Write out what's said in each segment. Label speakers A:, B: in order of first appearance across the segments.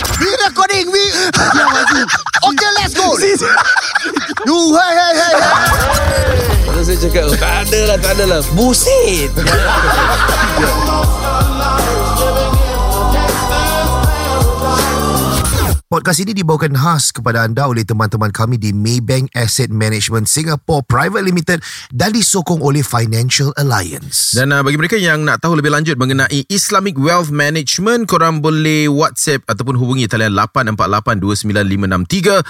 A: dah coding We Okay let's go You hey hey hey
B: Terus saya cakap Tak ada lah tak ada lah Buset
A: Podcast ini dibawakan khas kepada anda oleh teman-teman kami di Maybank Asset Management Singapore Private Limited dan disokong oleh Financial Alliance.
C: Dan uh, bagi mereka yang nak tahu lebih lanjut mengenai Islamic Wealth Management, korang boleh WhatsApp ataupun hubungi talian 848-29563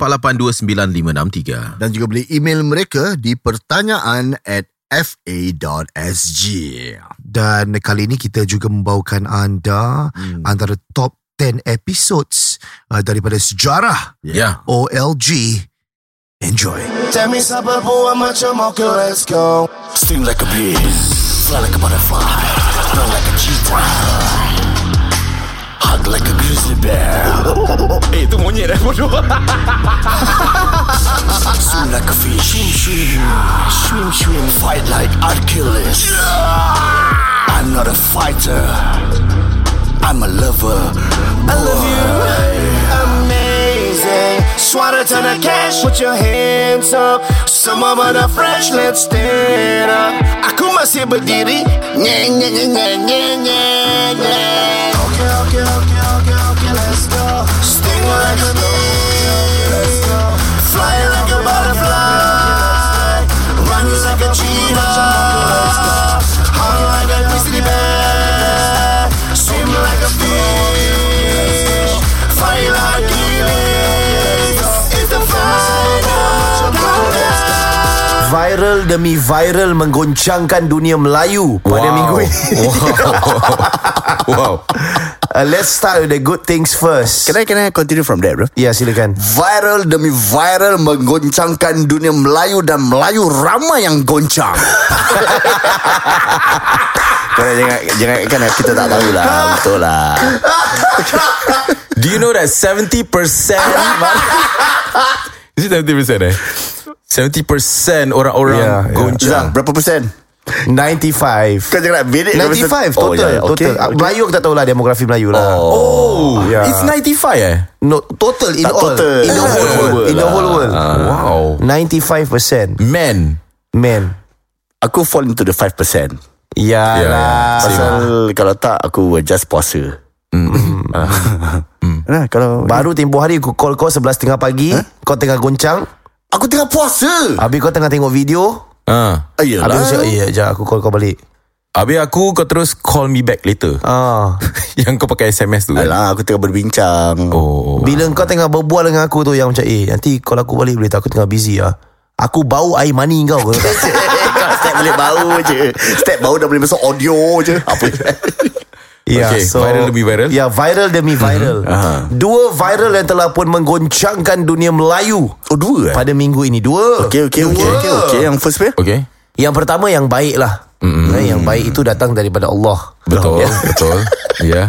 C: 848-29563.
D: Dan juga boleh email mereka di pertanyaan at fa.sg.
A: Dan kali ini kita juga membawakan anda hmm. antara top 10 episodes uh, daripada sejarah
C: Ya. Yeah.
A: OLG. Enjoy.
E: Tell me siapa buat macam okay, let's go Sting like a bee Fly like a butterfly Run like a cheetah Hug like a grizzly bear
B: Eh tu monyet eh bodoh
E: Swim like a fish Swim, swim Swim, swim Fight like Achilles I'm not a fighter I'm a lover I love you Amazing Swatter ton of cash Put your hands up Semua mana fresh Let's stand up Aku masih berdiri Nye, nye, nye, nye, nye, nye, nye. Okay, okay, okay, okay, okay Let's go Sting like a bee Fly like a butterfly Run like a cheetah Hung like a grizzly bear Swim like a fish Fight like Achilles It's the final countdown
F: Viral demi viral menggoncangkan dunia Melayu pada minggu ini.
B: Wow, wow.
F: Uh, let's start with the good things first.
D: Can I, can I continue from there bro?
F: Ya, silakan.
D: Viral demi viral menggoncangkan dunia Melayu dan Melayu ramai yang goncang.
F: Jangan, jangan, jangan kan kita tak tahu lah. Betul lah.
B: Do you know that 70% Is it 70% eh 70% orang-orang
F: Yeah,
B: yeah,
F: yeah.
B: goncang
D: Zah, berapa persen?
F: 95.
D: Kau jangan nak
F: 95
D: bedek
F: total. Oh,
D: ya,
F: yeah, okay, total. Okay. Melayu aku tak tahu lah demografi Melayu lah.
B: Oh,
F: Yeah.
B: It's 95 eh
F: No, total in
D: Tak
F: all.
D: total. Ah.
F: In the
D: Yeah.
F: whole world. In the whole world.
B: Uh. Wow
F: 95%
B: Men
F: men.
D: Aku fall into the 5%.
F: Yalah.
B: Yeah, yeah.
D: Pasal kalau tak aku adjust puasa. Mm. nah, kalau
F: Baru tempoh hari aku call kau 11.30 pagi. Kau tengah goncang.
D: aku tengah puasa.
F: Habis kau tengah tengok video.
B: Ah,
F: Habis
D: Ayolah.
F: aku cakap, ya, jap aku call kau balik.
B: Habis aku kau terus call me back later
F: Ah,
B: Yang kau pakai SMS tu kan
D: Alah, aku tengah berbincang.
B: Oh
F: bila kau tengah berbual dengan aku tu yang macam eh nanti kalau aku balik boleh tak aku tengah busy ah. Aku bau air mani kau ke?
D: Kau step boleh bau je. Step bau dah boleh masuk audio je. Apa?
B: Okay, viral demi viral.
F: Ya, yeah, viral demi viral. Dua viral yang telah pun menggoncangkan dunia Melayu
D: Oh, dua eh?
F: pada minggu ini. Dua.
D: Okay, okay, okay, okay, okay. Yang first pair?
B: Okay
F: Yang pertama yang baik lah. Mm-hmm. Yang baik itu datang daripada Allah.
B: Betul Betul Ya yeah.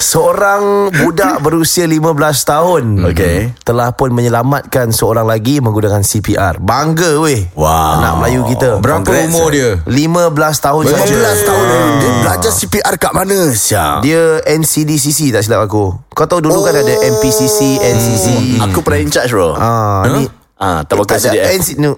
F: Seorang budak berusia 15 tahun
D: Okey.
F: telah pun menyelamatkan seorang lagi menggunakan CPR. Bangga weh.
D: Wow.
F: Anak Melayu kita.
B: Berapa
F: Congrats,
B: umur dia?
F: eh. 15 tahun saja.
D: 15 tahun eh? Dia belajar CPR kat mana Syah
F: Dia NCDCC tak silap aku. Kau tahu dulu oh. kan ada MPCC, NCC.
D: Aku pernah in charge bro Ah, eh,
F: Ah, ni
D: Tabakul
F: tak ada
D: SDF
F: NC, no.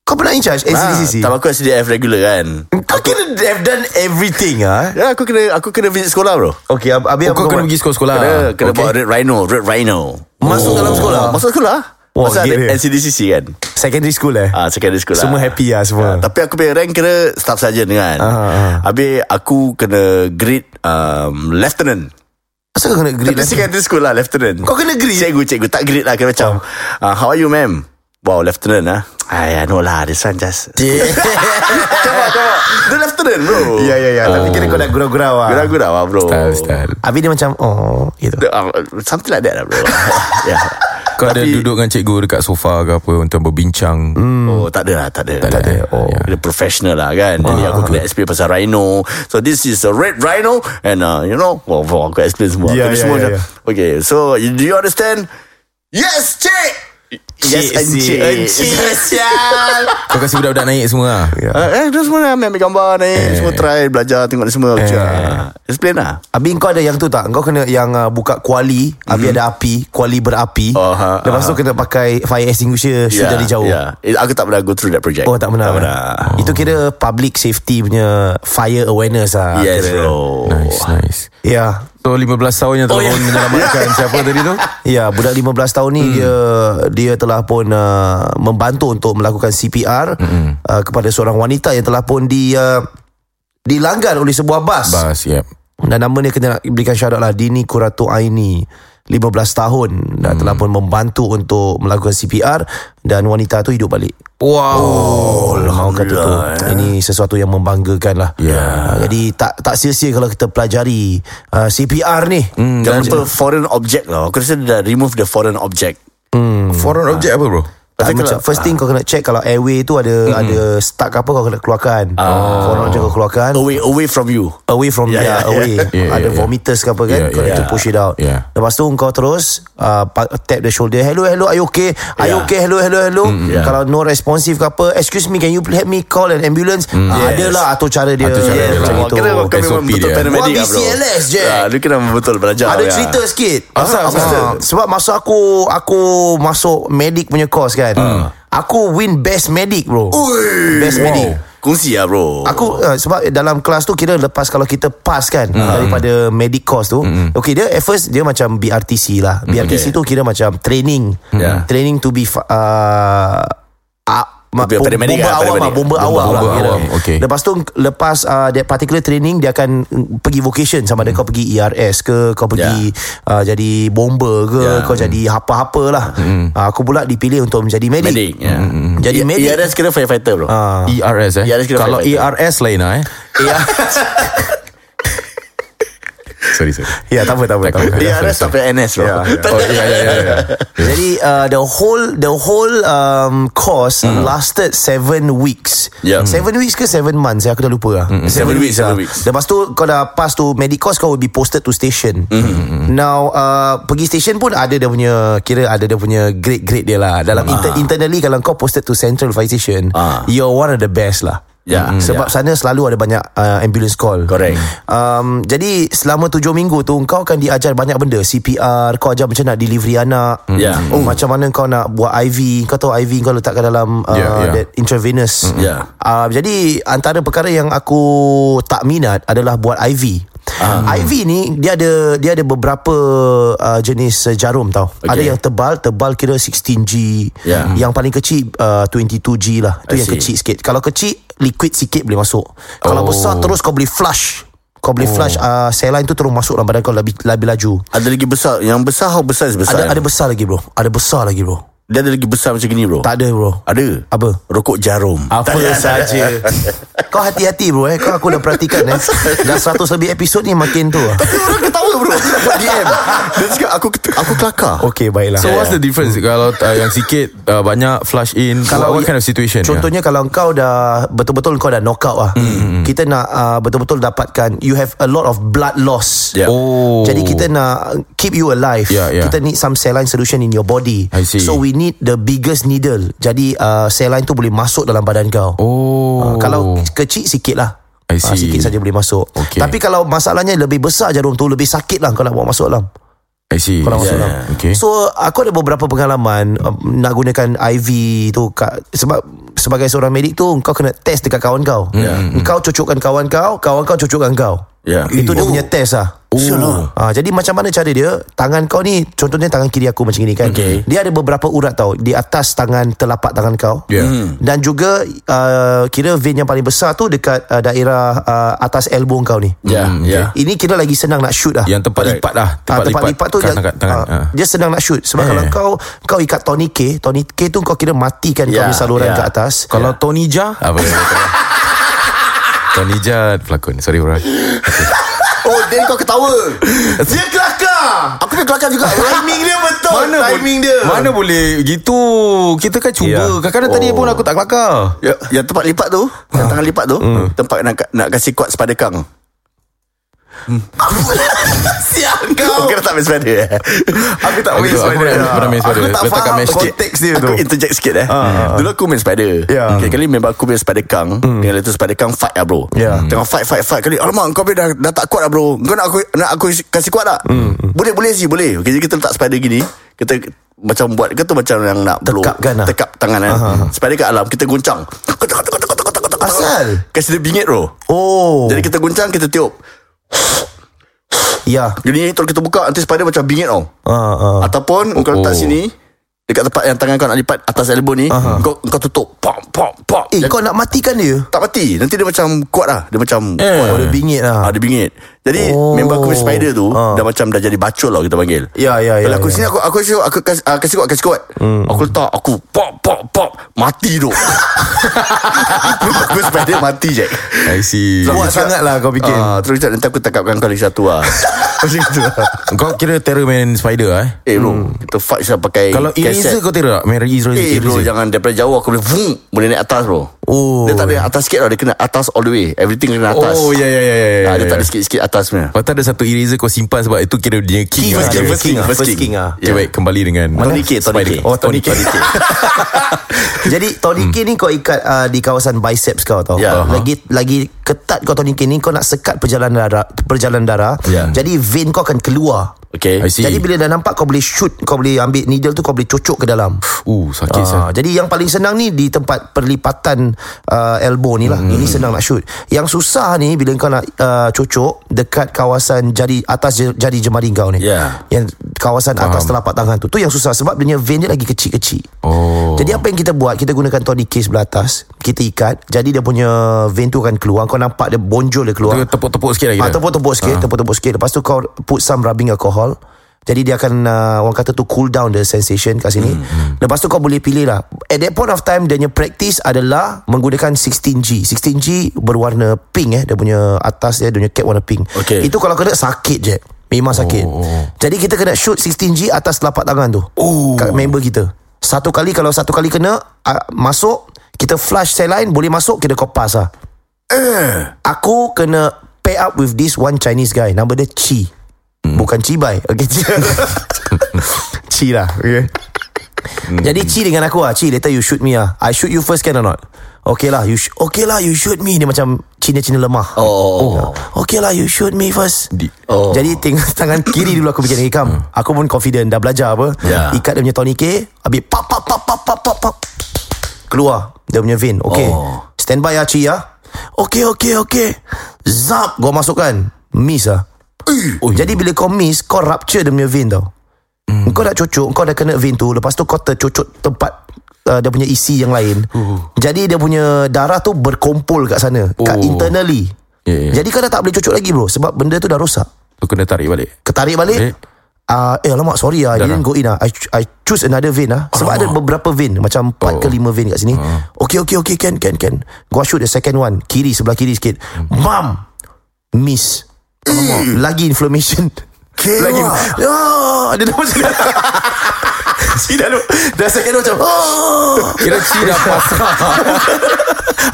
F: Kau pernah in charge
D: Ah,
F: NCDCC?
D: Tabakul SDF regular kan
F: Kau kena have done everything ah.
D: Ya aku kena Aku kena visit sekolah bro
F: Okay, ab- habis
B: Oh, kau
F: apa
B: kena
F: buat?
B: pergi sekolah-sekolah
D: Kena, kena
B: Okay.
D: buat red rhino Red rhino
F: Oh. Masuk dalam sekolah?
D: Masuk sekolah
F: Wah,
D: Pasal ada
F: gila.
D: NCDCC kan
F: secondary school eh.
D: Ah, secondary school
F: Semua
D: lah.
F: happy lah semua.
D: Ah, tapi aku punya rank kena staff sergeant kan.
F: Ah, ah.
D: Habis aku kena grade um, lieutenant.
F: Asal kau kena grade
D: Tapi secondary school lah lieutenant.
F: Kau kena grade? Oh.
D: Cikgu, cikgu. Tak grade lah. Kena macam, ah, how are you ma'am? Wow, lieutenant ah. I know lah, this one just... come on, come on. The lieutenant bro. Oh.
F: Ya ya ya Tapi kira kau nak gurau-gurau lah
D: Gurau-gurau lah bro.
B: Style style
F: Habis dia macam Oh gitu
D: The- ah, something like that lah bro. yeah.
B: Kau ada duduk dengan cikgu dekat sofa ke apa Untuk berbincang
C: Hmm.
D: Oh tak ada lah Tak ada
B: Tak ada,
D: Oh.
B: yeah.
D: Dia professional lah kan Jadi aku kena explain pasal rhino So this is a red rhino And uh, you know Well, well aku explain semua
F: Yeah,
D: Tapi
F: yeah,
D: semua
F: yeah,
D: macam, Okay so you- Do you understand Yes cik
F: Cik,
D: Yes, encik,
F: cik.
D: encik. Sial.
C: Kau kasi budak-budak naik semua lah.
F: Ya.
D: Ah, eh, terus semua ambil, ambil gambar ni. Semua try, belajar, tengok ni semua. Eh. Explain lah.
F: Abi kau ada yang tu tak? Kau kena yang uh, buka kuali, mm-hmm. habis ada api, kuali berapi.
D: Aha,
F: lepas tu kena pakai fire extinguisher shoot yeah, dari jauh. Yeah.
D: Eh, Aku tak pernah go through that project.
F: Oh tak benar.
D: Tak pernah.
F: Oh. Itu kira public safety punya fire awareness lah.
D: Yes,
F: kira. Ya,
D: bro.
C: Nice, nice.
F: Yeah.
C: So 15 tahun yang
F: Oh,
C: tolong
F: ya.
C: oh, menyelamatkan siapa tadi tu?
F: Ya, budak 15 tahun ni hmm. dia dia telah pun uh, membantu untuk melakukan CPR hmm. uh, kepada seorang wanita yang telah pun di uh, dilanggar oleh sebuah bas.
C: Bas, yep.
F: Dan nama dia kena nak berikan syarat lah Dini Kuratu Aini 15 tahun dan telah pun membantu untuk melakukan CPR dan wanita tu hidup balik.
C: Wow.
F: Oh, mau kata tu. Ini sesuatu yang membanggakan lah.
C: Ya.
F: Ah, Jadi tak tak sia-sia kalau kita pelajari uh, CPR ni. Hmm.
D: Jangan lupa foreign object lah. Aku rasa dia dah remove the foreign object.
C: Foreign object apa bro?
F: Tak,
D: Pasal
F: macam
D: kalau-
F: first Ah. thing kau kena check kalau airway tu ada mm-hmm. ada stuck apa kau kena keluarkan. Oh. Foreign object kau keluarkan.
D: Away away from you.
F: away from
D: Yeah,
F: yeah,
D: yeah,
F: away
C: yeah.
F: ada
C: Yeah, yeah.
F: vomiters ke apa kan
C: Yeah,
F: kau
C: yeah.
F: need to push it out
C: Yeah.
F: lepas tu kau terus uh, pa- tap the shoulder hello hello are you okay are you
D: Yeah.
F: okay hello hello hello
D: yeah.
F: kalau no responsive ke apa excuse me can you help me call an ambulance mm.
D: Yes.
F: ada lah atur cara dia
C: Atur cara
F: Yes,
C: dia
F: macam
C: lah.
F: itu
D: Kena kau memang
C: SOP
D: betul
C: dia.
D: paramedic
F: Wah,
D: lah bro.
F: BCLS je.
D: Ah, Dia kena betul belajar.
F: ada
D: ya.
F: cerita sikit
D: Apa, apa cerita?
F: Ah, Sebab masa aku Aku masuk Medic punya course kan Aku win best medic bro
D: Ui,
F: Best medic
D: Kongsi lah bro.
F: Aku uh, sebab dalam kelas tu kira lepas kalau kita pass kan
D: Hmm.
F: mm. daripada medic course tu. Mm. Okay dia at first dia macam BRTC lah. BRTC
D: Okay.
F: tu kira macam training.
D: Hmm. Yeah.
F: Training to be fa- uh, uh, ma-
D: To be a
F: bom-
D: paramedic
F: bomba
D: lah,
F: awam lah
D: paramedic.
F: Bomba
D: Bomba
F: awam lah
C: awam,
F: kira.
C: okay.
F: Lepas tu Lepas uh, that particular training Dia akan mm, Pergi vocation Sama
D: Hmm.
F: ada kau pergi ERS ke Kau pergi uh, Jadi bomber ke
D: Yeah. Hmm.
F: Kau jadi apa-apa lah uh, Aku pula dipilih Untuk menjadi medic,
D: medic. ya.
F: Jadi
D: I-
F: medic
D: IRS kira firefighter
F: Mm,
D: bro.
F: Ah.
C: ERS eh?
D: ERS kira
C: Kalau
D: firefighter.
C: ERS lain lah eh? Sorry, sorry.
F: Ya tak apa tak apa, tak apa.
D: IRS E tak payah NS bro.
C: Oh, ya, ya, ya. ya.
F: Jadi uh, the whole the whole um, course mm.
D: Hmm.
F: lasted seven weeks.
D: Yeah.
F: Seven weeks ke seven months? Ya, aku dah lupa lah. Mm.
D: Seven weeks, seven weeks.
F: Lepas tu kau dah pass tu medic course kau will be posted to station.
D: Mm-hmm,
F: Mm. Now uh, pergi station pun ada dia punya kira ada dia punya grade grade dia lah. Dalam inter- internally kalau kau posted to central fire station,
D: Ah.
F: you're one of the best lah.
D: Yeah,
F: Mm. Sebab
D: yeah.
F: sana selalu ada banyak uh, ambulance call.
D: Correct.
F: Um, jadi selama tujuh minggu tu kau akan diajar banyak benda CPR kau ajar macam nak delivery anak
D: Ya.
F: oh, macam mana kau nak buat IV kau tahu IV kau letakkan dalam uh,
C: Ya, ya.
F: that intravenous
D: Ya.
F: uh, jadi antara perkara yang aku tak minat adalah buat IV
D: Ah.
F: IV ni dia ada dia ada beberapa uh, jenis uh, jarum tau okay. ada yang tebal tebal kira 16G
D: Ya.
F: yang paling kecil uh, 22G lah tu
D: I
F: yang
D: see. Oh.
F: kecil sikit kalau kecil liquid sikit boleh masuk kalau besar terus kau boleh flush kau boleh flush uh, Cell line tu terus masuk dalam badan kau Lebih, lebih laju
D: Ada lagi besar. Yang besar how besar is besar?
F: ada,
D: eh?
F: ada besar lagi bro Ada besar lagi bro
D: Dia ada lagi besar macam gini bro.
F: Tak ada bro
D: Ada.
F: Apa?
D: Rokok jarum.
F: Apa saja Kau hati-hati bro eh Kau aku dah perhatikan eh Dah 100 lebih episod ni makin tu lah.
D: Orang ketawa bro. Buat DM. Dia cakap aku Ah. aku kelakar.
F: Okay baiklah
C: So what's the difference kalau uh, yang sikit uh, banyak flush in? Kalau what, what kind of situation?
F: Contohnya yeah. kalau kau dah Betul-betul kau dah knockout lah
C: Hmm,
F: mm. Kita nak uh, Betul-betul dapatkan You have a lot of blood loss
D: Yeah.
C: Oh.
F: Jadi kita nak keep you alive.
C: Yeah, yeah.
F: Kita need some saline solution in your body.
C: I see.
F: So we need the biggest needle. Jadi uh, saline tu boleh masuk dalam badan kau.
C: Oh.
F: Uh, kalau kecil sikit lah.
C: I
F: Ah,
C: see.
F: sikit saja boleh masuk.
C: Okay.
F: Tapi kalau masalahnya lebih besar jarum tu lebih sakit lah kalau bawa masuk dalam.
C: I see.
F: Kalau masuk dalam.
C: yeah. Okay. So,
F: Ya, So aku ada beberapa pengalaman um, nak gunakan IV tu kat, sebab sebagai seorang medik tu kau kena test dekat kawan kau. Yeah. Kau cucukkan kawan kau, kawan kau cucukkan kau.
D: Ya.
F: Itu dia punya test lah.
C: oh.
F: Ha, jadi macam mana cara dia Tangan kau ni Contohnya tangan kiri aku macam ni kan
D: Okay.
F: Dia ada beberapa urat tau Di atas tangan Telapak tangan kau
C: Yeah. Hmm.
F: Dan juga uh, Kira vein yang paling besar tu Dekat uh, daerah uh, Atas elbow kau ni
D: Ya. Ya.
F: Ini kira lagi senang nak shoot lah
C: Yang tempat
D: Correct.
C: lipat lah.
F: Ah, tempat lipat, tu
C: kan, kat tangan.
F: ah,
C: ah.
F: Dia senang nak shoot Sebab
C: Eh.
F: kalau kau Kau ikat tourniquet Tourniquet tu kau kira matikan Kau
D: Ya,
F: punya saluran
D: ya.
F: ke atas
C: Kalau Tony Jaa
G: Ah,
C: apa? Tony Jaa pelakon. Sorry bro.
D: Oh, Dan kau ketawa. Dia kelakar. Aku pun kelakar juga. Timing dia betul. Mana timing dia.
C: Mana boleh gitu? Kita kan cuba.
F: Ya.
C: Kadang-kadang tadi
D: Oh.
C: pun aku tak kelakar.
D: Ya, yang tempat lipat tu, yang tangan lipat tu, tempat nak nak kasih kuat sepada kang. Sial Hmm. kau. Kau tak tak main sepeda eh? Aku tak
G: Aku
D: main
G: tak- aku
D: sepeda
G: pernah- pernah main
D: Aku
G: sepeda.
D: tak
G: Letak kat
D: faham
G: masjid.
D: konteks dia tu Aku interject sikit eh Dulu aku main sepeda
F: Ya.
D: okay, Kali member aku main sepeda kang Dengan letu sepeda kang fight lah bro
F: Ya.
D: Tengah fight fight fight Kali alamak kau punya dah, dah tak kuat lah bro Kau nak aku nak aku kasih kuat tak Boleh boleh sih boleh okay, Jadi kita letak sepeda gini Kita macam buat Kau tu macam yang nak peluk.
F: Tekapkan lah.
D: Tekap tangan kan Sepeda kat alam Kita goncang
F: Asal?
D: Kasi dia bingit bro
F: Oh.
D: Jadi kita goncang Kita tiup
F: ya.
D: Gini terus kita buka Nanti spider macam bingit tau
F: Ah, ah.
D: Ataupun oh. kau letak sini Dekat tempat yang tangan kau nak lipat Atas elbow ni uh-huh. kau, kau tutup Pop pop pop
F: Eh,
D: Dan
F: kau nak matikan dia?
D: Tak mati Nanti dia macam kuat lah Dia macam eh. kuat
F: Oh, dia bingit lah.
D: Ah, dia bingit Jadi
F: Oh.
D: oh. member aku punya spider tu
F: Ah.
D: Dah macam dah jadi bacul lah kita panggil
F: Ya, ya, ya.
D: Kalau aku
F: ya.
D: sini aku aku kasi aku kasi, uh, kasi kuat kasi kuat. Hmm. Aku letak aku pop pop pop mati tu. aku sepeda mati je.
G: I see
F: Kuat
D: Dia cakap,
F: sangat lah kau fikir.
D: Ah, terus cakap nanti aku tangkapkan kau lagi satu lah. Macam tu lah.
G: Kau kira terror main spider eh
D: Eh bro, hmm. kita fight saya pakai
G: Kalau eraser
D: kaset.
G: kau terror tak Main eraser
D: Eh bro jangan Daripada jauh aku boleh vroom, Boleh naik atas bro
F: Oh.
D: Dia tak ada atas sikit tau Dia kena atas all the way Everything kena atas
G: Oh ya ya ya ya, ya
D: Ah, Dia
G: ya.
D: tak ada sikit-sikit atas punya
G: Lepas tu ada satu eraser kau simpan Sebab itu kira dia king
D: First
G: lah.
D: king, first king,
F: king,
D: first
F: first
D: king.
F: king ah.
G: Okay baik kembali dengan
D: Tony K Tony K
G: Spider-
F: Oh, Tony K. Jadi tourniquet
G: Hmm.
F: ni kau ikat uh, di kawasan biceps kau tau. Uh-huh.
D: Ya.
F: Lagi
G: Uh-huh.
F: lagi ketat kau tourniquet ni kau nak sekat perjalanan darah perjalanan darah.
G: Ya.
F: Jadi vein kau akan keluar.
D: Okay
G: I see.
F: Jadi bila dah nampak kau boleh shoot, kau boleh ambil needle tu kau boleh cocok ke dalam.
G: Uh sakit sah
F: Ah, jadi yang paling senang ni di tempat perlipatan uh, elbow ni lah. Ini senang nak shoot. Yang susah ni bila kau nak uh, cocok dekat kawasan jari atas je- jari jemari kau ni.
D: Ya.
F: Yang kawasan atas telapak tangan tu. Tu yang susah sebab dia punya vein dia lagi kecil-kecil.
G: Oh.
F: Jadi apa yang kita buat Kita gunakan tourniquet sebelah atas Kita ikat Jadi dia punya vein tu akan keluar Kau nampak dia bonjol dia keluar
G: Kau tepuk-tepuk sikit lagi
F: Ah,
G: dah.
F: tepuk-tepuk sikit, tepuk-tepuk sikit. Lepas tu kau put some rubbing alcohol. Jadi dia akan uh, orang kata tu cool down the sensation kat sini. Lepas tu kau boleh pilih lah. At that point of time dia punya practice adalah menggunakan 16G. 16G berwarna pink eh dia punya atas dia, dia punya cap warna pink.
D: Okay.
F: Itu kalau kena sakit je. Memang sakit. Jadi kita kena shoot 16G atas telapak tangan tu. Oh. Kat member kita. Satu kali kalau satu kali kena uh, masuk kita flush cell line boleh masuk kita kau pass lah. Aku kena pair up with this one Chinese guy. Nama dia Chi. Mm. Bukan Chi Bai. Okay, Chi. Chi lah. Okay. Jadi Chi dengan aku ah. Chi, later you shoot me ah. I shoot you first can or not? Okay lah, you sh- okay lah, you shoot me. Dia macam Cina-Cina lemah.
D: Oh, oh.
F: Okay lah, you shoot me first.
G: Di-
F: Oh. Jadi tengah tangan kiri dulu aku bikin ikam. Aku pun confident dah belajar apa.
D: Ya.
F: Ikat dia punya tourniquet, habis pop pop pop pop pop pop pop. Keluar dia punya vein. Okay.
D: Oh.
F: Stand by ya Ci ya. Okay okay okay. Zap gua masukkan. Miss ah. Oh, Jadi bila kau miss, kau rupture dia punya vein tau. Hmm. Kau dah cocok, kau dah kena vein tu, lepas tu kau tercocok tempat Uh, dia punya isi yang lain uh. Jadi dia punya Darah tu berkumpul kat sana oh. Kat
G: Oh.
F: internally
G: Ya, ya.
F: Jadi kau dah tak boleh cocok lagi bro Sebab benda tu dah rosak
G: Tu kena tarik balik
F: Ketarik balik
G: Balik.
F: Ah, eh alamak sorry ah I didn't go in ah. I, I choose another vein ah. Sebab ada beberapa vein macam 4 ke 5 vein kat sini. Okay okay okay can can can. Gua shoot the second one. Kiri sebelah kiri sikit. Bam. Miss. Hmm. Alamak, lagi inflammation. Lagi. Ah, dia dah macam Si dah lu- Dah second one macam oh.
G: Kira Chi dah pasang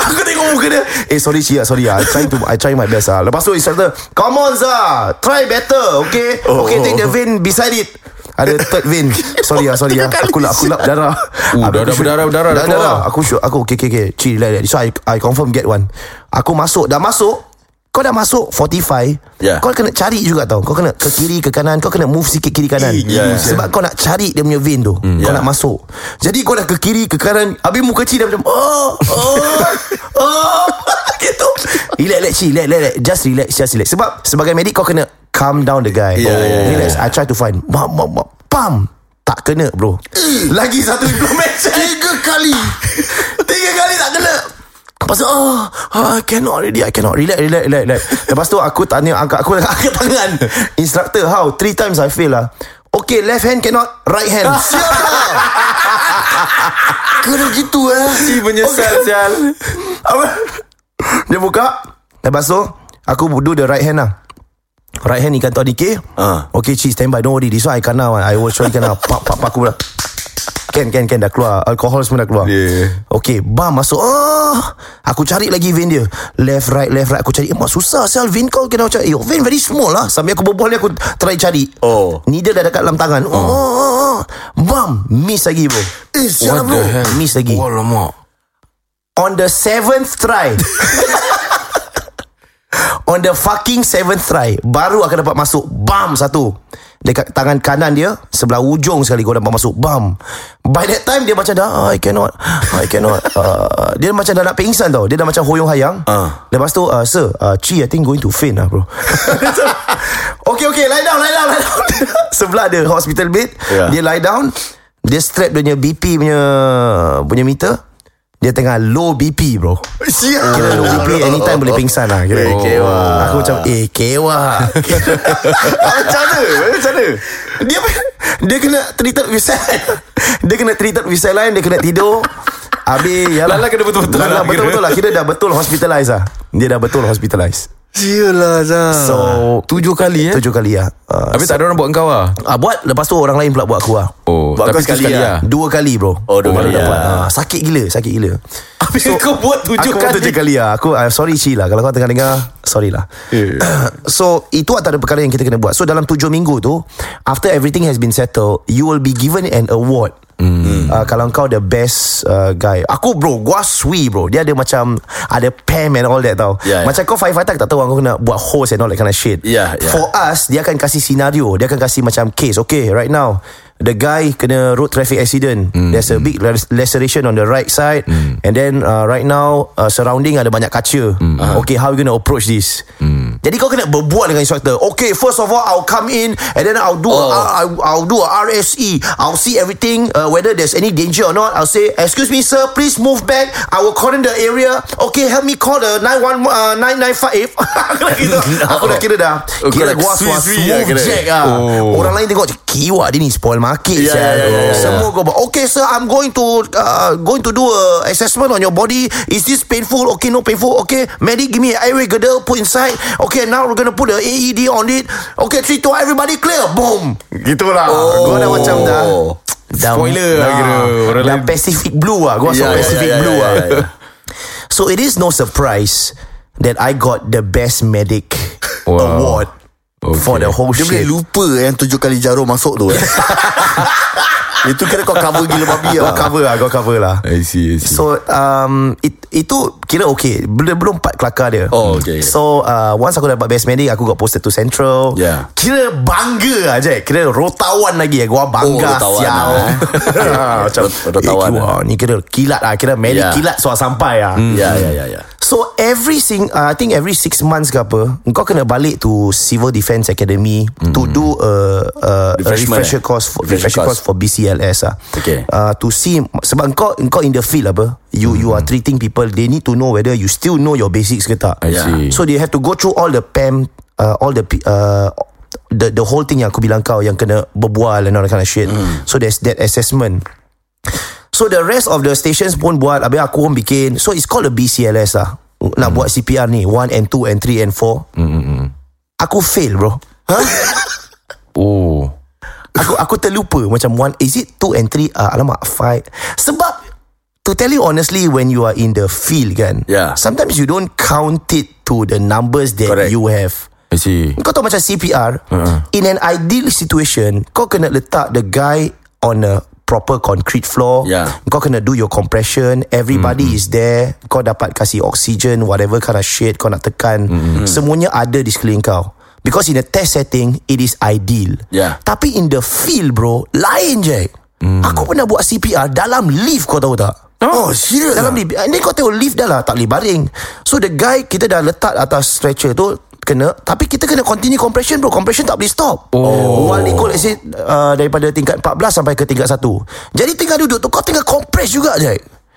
F: Aku tengok muka dia Eh sorry Chia Sorry ah. I try to I try my best ah. Lepas tu instructor Come on Zah Try better Okay oh, Okay take the vein beside it ada third vein Sorry ah, sorry ah. Aku lap, aku lap darah
G: Uh,
F: Aku
G: darah
F: shoot-
G: berdarah, berdarah dah
F: Darah,
G: keluar.
F: darah. Aku shoot Aku okay, okay, okay Chill, relax, relax So I, I confirm get one Aku masuk Dah masuk Kau dah masuk 45
D: Ya.
F: Kau kena cari juga tau Kau kena ke kiri, ke kanan Kau kena move sikit kiri, kanan
D: Ya.
F: Sebab kau nak cari dia punya vein tu Kau
D: Ya.
F: nak masuk Jadi kau dah ke kiri, ke kanan Habis muka Chi dah macam Oh, oh Oh Gitu Relax relax chill relax, relax, relax Just relax Just relax Sebab sebagai medik Kau kena Calm down the guy
D: Yeah, yeah, yeah.
F: Relax I try to find Bam bam bam Pam Tak kena bro Lagi satu implementation Tiga kali Tiga kali tak kena Lepas tu oh, oh, I cannot already I cannot Relax relax relax, relax. Lepas tu aku tanya Angkat aku angkat tangan Instructor how Three times I fail lah Okay left hand cannot Right hand Siap lah Kena gitu eh
G: Chi menyesal sial
F: apa? Dia buka Lepas tu Aku do the right hand lah Right hand ikan Tony K
D: Ah.
F: Okay Chi stand by Don't worry This one I kena one I will surely kena Pak pak pak aku pula Can can can dah keluar Alkohol semua dah keluar
G: Yeah.
F: Okay Bam masuk ah, Aku cari lagi vein dia Left right left right Aku cari Emak susah Sial vein kau kena macam Eh vein very small lah Sambil aku berbual ni Aku try cari
D: Oh.
F: Needle dah dekat dalam tangan oh. Oh, oh, oh. Bam Miss lagi bro Eh
G: What
F: sial lah,
G: the
F: bro
G: hell? Oh,
F: Miss lagi
G: Alamak.
F: On the seventh try On the fucking seventh try Baru akan dapat masuk Bam satu Dekat tangan kanan dia Sebelah ujung sekali Kau dapat masuk Bam By that time Dia macam dah "Ah, I cannot I cannot uh, Dia macam dah nak pingsan tau Dia dah macam hoyong hayang uh. Lepas tu uh, Sir uh, Chi I think going to faint lah bro Okay okay Lie down lie down, lie down. Sebelah ada hospital bed yeah.
D: Yeah.
F: Dia lie down Dia strap dia punya BP punya Punya meter Dia tengah low BP bro
D: Sial.
F: Kira low BP anytime boleh pingsan lah kira.
D: Eh, kewa.
F: Aku macam Eh kewa
D: Macam mana? Macam mana?
F: Dia Dia kena treated with cell Dia kena treated with cell line Dia kena tidur Habis yalah.
G: Lala kena betul-betul
F: Lala
G: lah,
F: betul-betul lah Kira dah betul hospitalised lah Dia dah betul hospitalised
G: Sialah Zal.
F: So
G: tujuh kali eh.
F: Tujuh kali lah uh,
G: Habis tak ada orang buat kau lah.
F: Ah, buat Lepas tu orang lain pula buat aku lah
G: Oh,
D: Buat
G: tapi
D: kau sekali
G: sekali
D: lah.
G: lah.
F: Dua kali bro
D: Oh, dua
F: baru
D: kali lah.
F: dapat. Ah, Sakit gila Sakit gila
G: Habis kau buat
F: Aku
G: tujuh
F: buat tujuh kali lah Aku I'm sorry Chi lah Kalau kau tengah dengar Sorry lah So itu antara perkara yang kita kena buat So dalam tujuh minggu tu After everything has been settled You will be given an award
D: Hmm.
F: mm. uh, Kalau kau the best uh, guy Aku bro Gua sui bro Dia ada macam Ada PAM and all that tau
D: Yeah, yeah.
F: Macam kau firefighter aku tak tahu Kau kena buat host and all that kind of shit
D: Yeah, yeah.
F: For us Dia akan kasih scenario Dia akan kasih macam case Okay right now The guy kena road traffic accident mm. There's a big res- laceration on the right side mm. And then uh, right now uh, Surrounding ada banyak kaca mm. Okay how you gonna approach this mm. Jadi kau kena berbual dengan instructor Okay first of all I'll come in And then I'll do oh. a, I'll, I'll do a RSE I'll see everything uh, Whether there's any danger or not I'll say Excuse me sir Please move back I will cordon the area Okay help me call the 91 uh, 995 Aku dah kira Aku dah kira dah
G: Oh,
F: Kira
G: correct.
F: gua suar
G: Sui-sui lah
F: smooth
G: kira.
F: jack ah.
G: Oh.
F: Orang lain tengok Kiwa dia ni spoil market
D: Ya,
F: yeah,
D: ya, ya, ya, ya.
F: Semua gua buat Okay sir I'm going to uh, Going to do a Assessment on your body Is this painful Okay no painful Okay medic give me an airway girdle Put inside Okay now we're gonna put the AED on it Okay 3, 2, everybody clear Boom
D: Gitulah.
F: Gua dah macam dah dah
G: Spoiler lah kira. Orang
F: Dah
G: lain-
F: Pacific Blue lah Gua
D: Ya,
F: yeah,
D: ya,
F: Pacific
D: ya, ya,
F: Blue
D: ya,
F: lah
D: ya, ya.
F: So it is no surprise That I got the best medic
G: Wow.
F: Award
G: Okay.
F: For the whole
D: Dia
F: shit
D: boleh lupa yang tujuh kali jarum masuk tu eh. Itu kira kau cover gila babi
F: Kau
D: lah
F: cover lah Kau cover lah
G: I see, I see.
F: So um, it, Itu kira okay Belum belum part kelakar dia
D: Oh, okay.
F: So uh, Once aku dapat best medic Aku got posted to Central
D: Yeah.
F: Kira bangga lah Jack Kira rotawan lagi Gua bangga
D: rotawan
F: sial
D: lah, eh.
F: Macam
D: Rot- rotawan
F: eh, kiwa, Ni kira kilat lah Kira medic
D: Yeah.
F: kilat Soal sampai lah mm.
D: Ya ya ya ya.
F: So every sing, uh, I think every six months ke apa, kau kena balik to Civil Defence Academy mm. to do a, a, a
D: Hmm. Refreshment,
F: refresher
D: eh?
F: course, for,
D: Refresher
F: refresher course
D: course.
F: for BCLS ah.
D: Okay.
F: Uh, to see sebab kau kau in the field apa, you mm. you
G: Hmm.
F: are treating people, they need to know whether you still know your basics ke tak.
G: I see.
F: So they have to go through all the PAM, uh, all the P- uh, the the whole thing yang aku bilang kau yang kena berbual and all that kind of shit.
G: Hmm.
F: Mm. So there's that assessment. So the rest of the stations pun buat Habis aku pun bikin So it's called a BCLS lah Nak
G: Hmm.
F: buat CPR ni 1 and 2 and 3 and 4 Aku fail bro
G: oh.
F: Aku aku terlupa Macam 1 Is it 2 and 3 uh, Alamak 5 Sebab To tell you honestly When you are in the field kan
D: Yeah.
F: Sometimes you don't count it To the numbers that
D: Correct.
F: you
D: Uh-huh.
F: have
G: I see.
F: Kau tahu macam CPR
G: Uh-uh.
F: In an ideal situation Kau kena letak the guy On a proper concrete floor
D: Yeah.
F: Kau kena do your compression Everybody mm-hmm. is there Kau dapat kasih oxygen Whatever kind of shit Kau nak tekan mm-hmm. Semuanya ada di sekeliling kau Because in a test setting It is ideal
D: Yeah.
F: Tapi in the field bro Lain je mm. Aku pernah buat CPR Dalam lift kau tahu tak
D: Hmm. Oh, serious
F: dalam
D: ah?
F: lift And then kau tengok lift dah lah Tak boleh baring So the guy Kita dah letak atas stretcher tu Kena Tapi kita kena continue compression bro Compression tak boleh stop oh. One equal let's say uh, Daripada tingkat 14 Sampai ke tingkat 1 Jadi tengah duduk tu Kau tengah compress juga je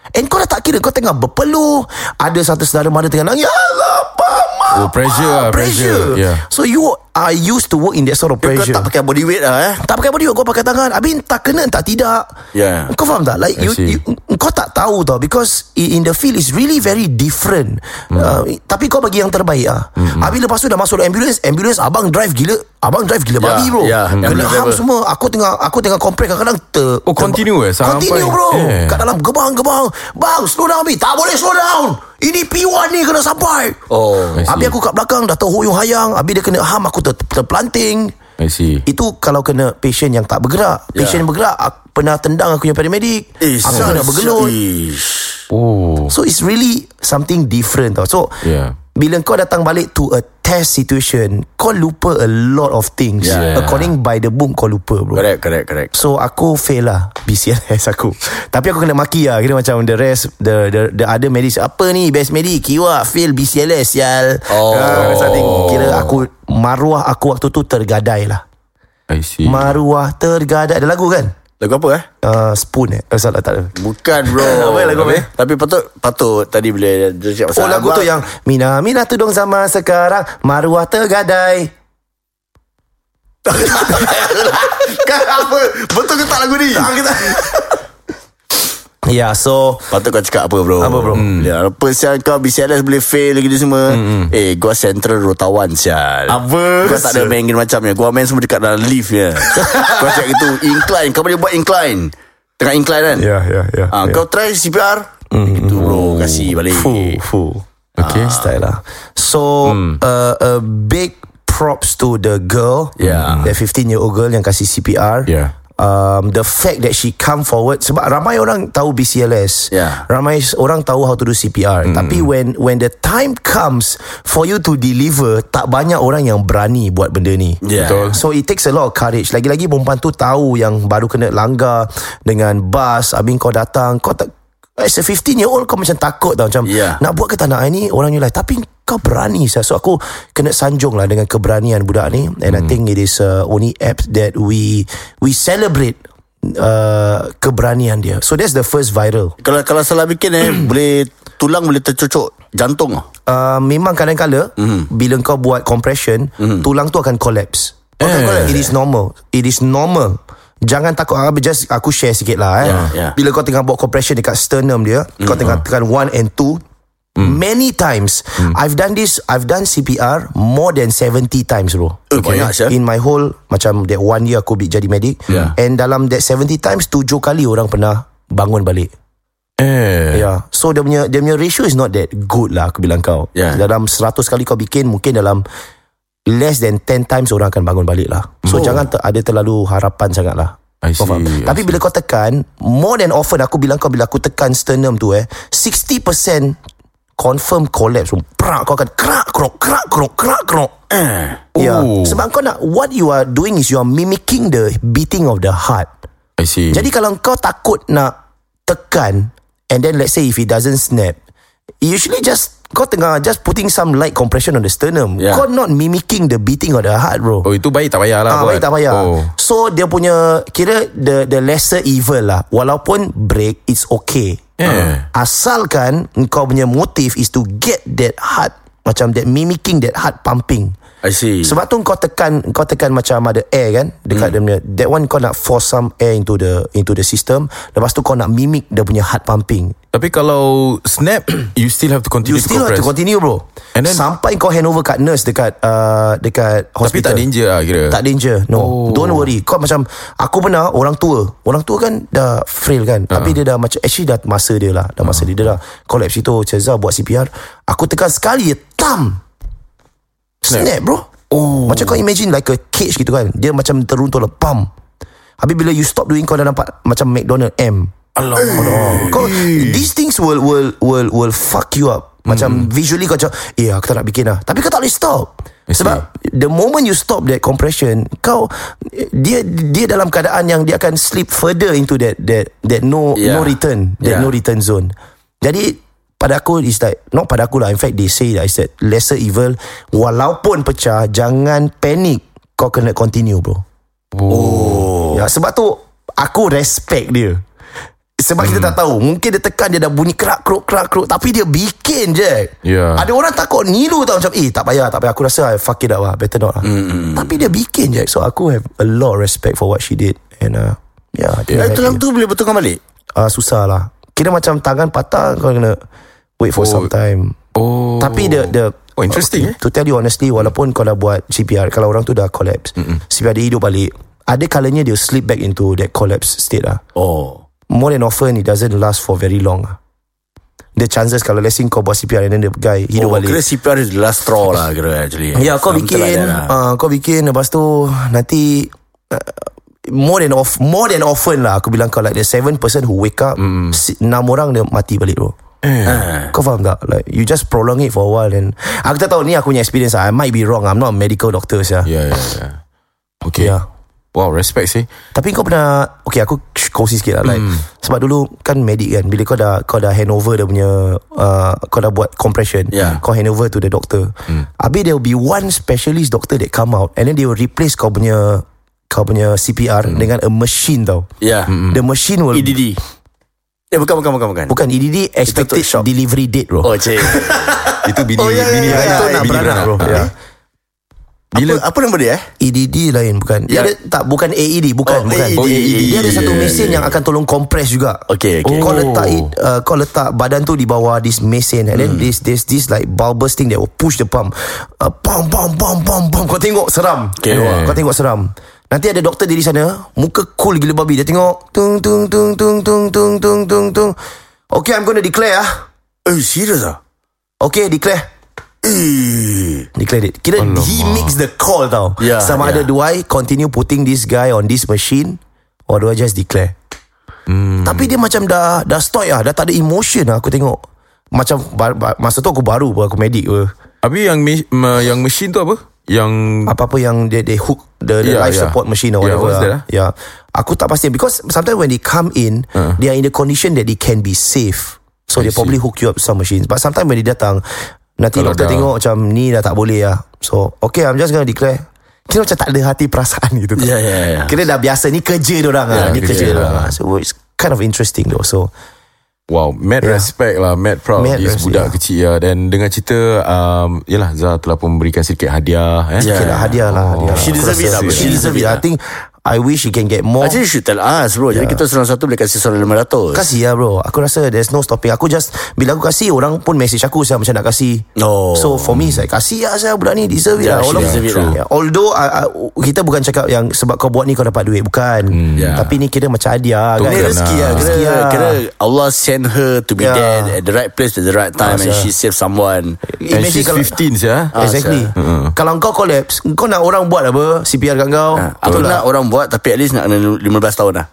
F: And kau dah tak kira Kau tengah berpeluh Ada satu saudara mara tengah nangis "Ya Allah Mama
G: Oh, pressure
D: Ya,
F: Ah,
G: lah, pressure. Yeah.
F: So you are used to work in that sort of
D: Kau
F: pressure.
D: tak pakai body weight lah eh
F: tak pakai body weight, kau pakai tangan. Habis tak kena tak tidak.
D: Yeah.
F: Kau faham tak? Like
G: I
F: you,
G: see.
F: you kau tak tahu tau because i- in the field is really very different.
G: Hmm.
F: Uh, tapi kau bagi yang terbaik ah. Habis lepas tu dah masuk dalam ambulance, ambulance abang drive gila, abang drive gila babi bro.
D: yeah,
F: Kena
D: ambulance
F: ham
D: driver.
F: semua. Aku tengah aku tengah compare kadang-kadang ter
G: Oh, continue eh, sampai-
F: Continue bro.
G: Yeah.
F: Kat dalam gebang-gebang. Bang, slow down Abi. Tak boleh slow down. Ini P1 ni kena sampai.
D: Oh
G: I see.
F: Habis aku kat belakang Dah terhoyong hayang Habis dia kena ham Aku ter, terpelanting
G: I see.
F: Itu kalau kena Patient yang tak bergerak Patient yang bergerak aku, Pernah tendang aku punya paramedic
D: Ya. Eh,
F: Aku
D: sial,
F: kena bergelut
D: sial. Ish.
G: Oh.
F: So it's really Something different tau So
D: Ya.
G: Yeah.
F: Bila kau datang balik To a test situation Kau lupa a lot of things
G: Yeah.
F: According by the book Kau lupa bro
D: Ya. Correct correct correct
F: So aku fail lah BCLS aku Tapi aku kena maki lah Kira macam the rest The the, the other medics Apa ni best medic Kiwa fail BCLS Sial
D: Oh.
F: Ah, something. Kira aku Maruah aku waktu tu tergadai lah
G: I see.
F: Maruah tergadai Ada lagu kan
D: Lagu apa eh
F: uh, Spoon eh oh, Salah tak ada
D: Bukan bro
F: Apa lagu apa, eh?
D: Tapi patut Patut tadi bila Dia cakap
F: Oh lagu tu yang Mina Mina tudung sama sekarang Maruah tergadai
D: Kan apa Betul ke tak lagu ni
F: Ya yeah, so
D: Patut kau cakap apa bro
F: Apa, bro?
D: hmm. Ya, Apa sial kau BCLS boleh fail lagi ni semua hmm. Eh gua central rotawan sial
F: Apa?
D: Gua tak ada main game macam ni Gua main semua dekat dalam lift je Kau cakap gitu Incline Kau boleh buat incline Tengah incline kan
F: Ya ya ya
D: Ah, Kau try CPR mm, Itu bro Kasih balik
F: Fuh, fuh.
G: Okay.
F: Ah, style lah. So
D: Hmm.
F: uh, a big props to the girl,
D: Yeah.
F: the 15 year old girl yang kasih CPR.
G: Yeah.
F: Um, the fact that she come forward sebab ramai orang tahu BCLS,
D: Yeah. Hmm.
F: ramai s- orang tahu how to do CPR. Tapi when when the time comes for you to deliver, tak banyak orang yang berani buat benda ni.
D: Yeah. Betul.
F: So it takes a lot of courage. Lagi-lagi perempuan tu tahu yang baru kena langgar dengan bas, habis kau datang, kau tak As a 15 year old kau macam takut tau Macam
D: Yeah.
F: nak buat ke tak nak I ni Orang ni lah Tapi kau berani sah. So aku kena sanjung lah Dengan keberanian budak ni And I think it is uh, only app that we We celebrate uh, Keberanian dia So that's the first viral
D: Kalau kalau salah bikin eh Boleh Tulang boleh tercocok Jantung ah.
F: uh, Memang kadang-kadang
D: Mhm.
F: Bila kau buat compression Tulang tu akan collapse
D: Akan collapse.
F: It is normal It is normal Jangan takut Habis just Aku share sikit lah eh.
D: Yeah, yeah. Mm-hmm.
F: Bila kau tengah buat compression Dekat sternum dia Kau tengah tekan one and two
D: Mm.
F: Many times I've done this I've done CPR More than 70 times bro
D: Eh, banyak sah.
F: In my whole Macam that one year Aku bi- jadi medic
G: Yeah.
F: And dalam that 70 times Tujuh kali orang pernah Bangun balik
G: Eh.
F: Yeah. Ya. So dia punya dia punya ratio is not that good lah aku bilang kau.
D: Yeah.
F: Dalam 100 kali kau bikin mungkin dalam less than 10 times orang akan bangun balik lah. So oh. jangan ter, ada terlalu harapan sangat lah.
G: I see,
F: Kau faham?
G: I
F: Tapi bila kau tekan More than often Aku bilang kau Bila aku tekan sternum tu eh 60% Confirm collapse Prak Kau akan Krak krok Krak krok Krak krok Ya
G: Oh.
F: Sebab kau nak What you are doing Is you are mimicking The beating of the heart
G: I see.
F: jadi kalau kau takut nak tekan and then let's say if it doesn't snap, usually just kau tengah just putting some light compression on the sternum.
D: Yeah.
F: Kau not mimicking the beating of the heart, bro.
G: Ya. Oh, itu baik tak payah lah
F: Ah,
G: buat.
F: baik tak payah.
G: Oh.
F: So dia punya kira the the lesser evil lah. Walaupun break it's okay.
G: Yeah.
F: Ah, Asalkan kau punya motive is to get that heart macam that mimicking that heart pumping.
D: I see
F: Sebab tu kau tekan kau tekan macam ada air kan dekat dia punya that one kau nak force some air into the into the system lepas tu kau nak mimic dia punya heart pumping
G: Tapi kalau snap, you still have to
F: you
G: continue
F: still
G: to
F: have to
G: compress.
F: continue bro
G: And then-
F: sampai kau hand over kat nurse dekat uh, dekat
G: Tapi
F: hospital
G: tak danger lah kira.
F: tak danger no oh. don't worry kau macam aku pernah orang tua orang tua kan dah frail kan uh-huh. tapi dia dah macam actually dah masa dia lah dah masa uh-huh. dia, dia dah collapse itu Cezar buat CPR aku tekan sekali dia tam snap, snap bro oh. macam kau imagine like a cage gitu kan dia macam teruntur lah pam habis bila you stop doing kau dah nampak macam McDonald M Alamak kau, These things will will will will fuck you up macam visually kau cakap Eh aku tak nak bikin lah Tapi kau tak boleh stop Sebab The moment you stop that compression Kau Dia dia dalam keadaan yang Dia akan slip further into that That that no
D: Yeah.
F: no return That
D: Yeah.
F: no return zone Jadi Pada aku is like Not pada aku lah In fact they say that It's that lesser evil Walaupun pecah Jangan panic Kau kena continue bro Oh Ya sebab tu Aku respect dia
D: Sebab hmm. kita tak tahu Mungkin dia tekan Dia dah bunyi kerak keruk kerak keruk Tapi dia bikin je
G: Ya.
D: Ada orang takut nilu tau Macam eh tak payah tak payah Aku rasa I fuck it up lah Better not lah hmm. Tapi dia bikin je So aku have a lot of respect For what she did And uh, Yeah, yeah.
F: yeah.
D: Tulang tu boleh betulkan balik
F: uh, susah lah. Kira macam tangan patah kau kena wait for oh. some time.
G: Oh.
F: Tapi the the
G: Oh, interesting, eh?
F: To tell you honestly walaupun kau dah buat CPR kalau orang tu dah collapse. Mm-mm. CPR dia hidup balik. Ada kalanya dia slip back into that collapse state lah.
D: Oh
F: More than often it doesn't last for very long. lah. The chances kalau let's say kau buat CPR and then the guy hidup
D: Oh,
F: balik.
D: kira CPR is the last straw lah kira actually.
F: Ya kau
D: Something
F: bikin
D: like that lah.
F: uh, Kau bikin Lepas tu Nanti uh, More than of, More than often lah Aku bilang kau Like the seven person who wake up mm. Enam orang dia mati balik bro Ah, kau faham tak Like you just prolong it for a while And Aku tak tahu ni aku punya experience lah. I might be wrong I'm not a medical doctor yeah.
G: Ya, ya, ya. Okay.
F: Yeah.
G: Wow, respect sih.
F: Tapi kau pernah Okay aku Kongsi sikit lah like,
D: Hmm.
F: Sebab dulu Kan medik kan Bila kau dah Kau dah hand over dia punya uh, Kau dah buat compression
D: Yeah.
F: Kau hand over to the doctor
D: Hmm.
F: Habis there will be one Specialist doctor that come out And then they will replace Kau punya Kau punya CPR
D: Hmm.
F: Dengan a machine tau
D: Yeah.
F: The machine will
D: EDD. E Eh bukan bukan bukan Hmm. bukan.
F: Bukan EDD Expected
D: shock.
F: delivery date bro
D: Oh cik.
G: Itu bini
D: Oh, ya, ya,
G: bini
D: ya,
G: beranak,
D: ya, ya,
G: bini
D: beranak,
G: beranak.
F: bro.
G: Ah.
F: Yeah.
D: Bila apa, apa nama dia eh?
F: EDD E lain bukan Dia
D: Yeah.
F: ada Tak bukan AED Bukan
D: Ya.
F: bukan.
D: Oh, AED.
F: Dia ada satu
D: Yeah,
F: mesin
D: yeah,
F: Yang akan tolong compress juga
D: E Okay, okay. Oh.
F: Kau letak it, uh, Kau letak badan tu Di bawah this mesin And
D: Hmm.
F: then this There's this like Bulbous thing that will push the pump uh, Pump pump pump pump pump Kau tengok seram okay. Kau tengok seram Nanti ada doktor dia di sana Muka cool gila babi Dia tengok Tung tung tung tung tung tung tung tung tung Okay I'm gonna declare ah.
D: Eh serius ah?
F: Okay declare
D: Eh.
F: Declare it Kira Alamak. Ya, he makes the call tau
D: Yeah,
F: Sama
D: yeah.
F: ada do I continue putting this guy on this machine Or do I just declare hmm. Tapi dia macam dah Dah stoy lah Dah tak ada emotion lah aku tengok Macam bar, bar, Masa tu aku baru pun Aku medik pun
G: Habis yang me- me- yang mesin tu apa? Yang
F: Apa-apa yang they, they hook The, the
G: Yeah,
F: life
G: yeah.
F: support machine or whatever
G: Yeah, what's
F: lah.
G: that, ah?
F: yeah. Aku tak pasti Because sometimes when they come in uh. They are in the condition that they can be safe So they probably hook you up some machines But sometimes when they datang Nanti
G: Kalau
F: doktor
G: dah-
F: tengok macam Ni dah tak boleh lah So okay I'm just gonna declare Kira macam tak ada hati perasaan gitu tau.
D: Ya, ya, ya.
F: Kira dah biasa Ni kerja diorang yeah, lah Ni
G: kerja
F: kerja
G: dia
F: diorang lah. So it's kind of interesting though So
G: wow, mad
F: Yeah.
G: respect lah, mad proud
F: Mad
G: mad this
F: respect,
G: budak
F: yeah.
G: kecil ya. Dan dengan cerita um, yalah Zah telah pun memberikan sedikit hadiah eh.
D: Yeah.
F: okay lah, hadiah lah
G: Oh,
F: hadiah. Aku
D: She deserve it
F: rasa
D: lah, bro.
F: She deserve it I think I wish she can get more
D: Actually you should tell us bro. lah. Ah, Jadi kita seorang satu boleh kasih seorang 500.
F: Ya. Kasih lah bro Aku rasa there's no stopping Aku just Bila aku kasih Orang pun message aku Saya macam nak kasih
D: Oh.
F: So for me saya Kasih lah saya budak ni Deserve it
D: Yeah,
F: lah
D: she deserve it lah.
F: yeah, Although I, I, Kita bukan cakap yang Sebab kau buat ni Kau dapat duit Bukan
D: yeah.
F: Tapi ni kira macam hadiah kan?
D: Ini rezeki Hmm. lah kira,
F: Rezeki lah
D: kira Allah send her to be
F: Yeah.
D: there At the right place at the right time
F: Ya.
D: And she save someone
G: And she's 15 ya.
D: Ah,
F: Exactly Kalau kau collapse Kau nak orang buat apa CPR kat kau
D: Ah, Aku nak orang buat Tapi at least nak kena 15 tahun lah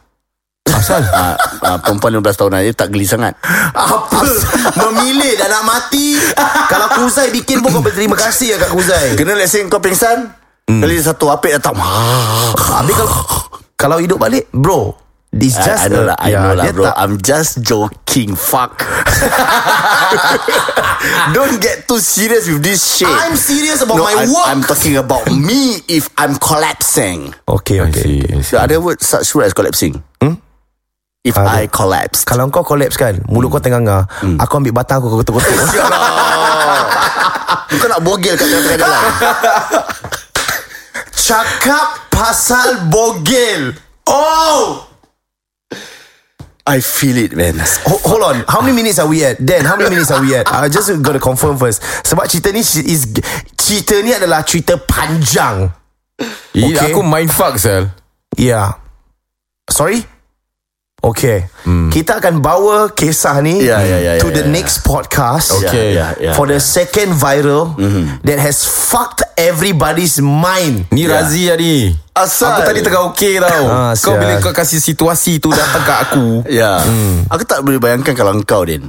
D: Asal? Ah, ah, perempuan 15 tahun lah Dia tak geli sangat
F: Apa Memilih dah nak mati Kalau Kuzai bikin pun Kau berterima kasih lah kat Kuzai Hmm.
D: Kena let's say kau pingsan Kali satu apik datang
F: Habis kalau Kalau hidup balik Bro It's just
D: I, I know
F: a-
D: lah I
F: yeah,
D: know lah
F: dia
D: bro
F: tak-
D: I'm just joking Fuck Don't get too serious with this shit
F: I'm serious about my
D: I'm,
F: work.
D: I'm talking about me If I'm collapsing
F: Okay
G: I
F: okay
G: see, I see.
D: The other word Such word as collapsing If
F: Ada.
D: I collapse
F: Kalau kau Hmm? collapse kan Mulut kau tengah-tengah
G: Hmm.
F: Aku ambil batang aku Kau ketuk-ketuk
D: Kau nak bogel kat tengah-tengah jalan
F: Cakap pasal bogel Oh
D: I feel it man
F: Ho- Hold on How many minutes are we at Dan how many minutes are we at I just gotta confirm first Sebab cerita ni she- is Cerita ni adalah cerita panjang
G: Ih,
F: Okay.
G: Aku mind fuck sel.
F: Yeah Ya. Sorry Okay
G: Hmm.
F: Kita akan bawa kisah ni
D: Ya, ya, ya,
F: To
D: ya,
F: the
D: ya, ya.
F: next podcast
G: Okay. Mm-hmm.
D: yeah, yeah, yeah.
F: For the second viral That has fucked everybody's mind
G: Ni Razi ya ni.
D: Asal
G: Aku tadi tengah okey tau.
F: Ah,
G: Kau
F: sial.
G: bila kau kasih situasi tu datang kat aku.
D: Ya yeah.
G: Hmm.
D: Aku tak boleh bayangkan Kalau engkau Din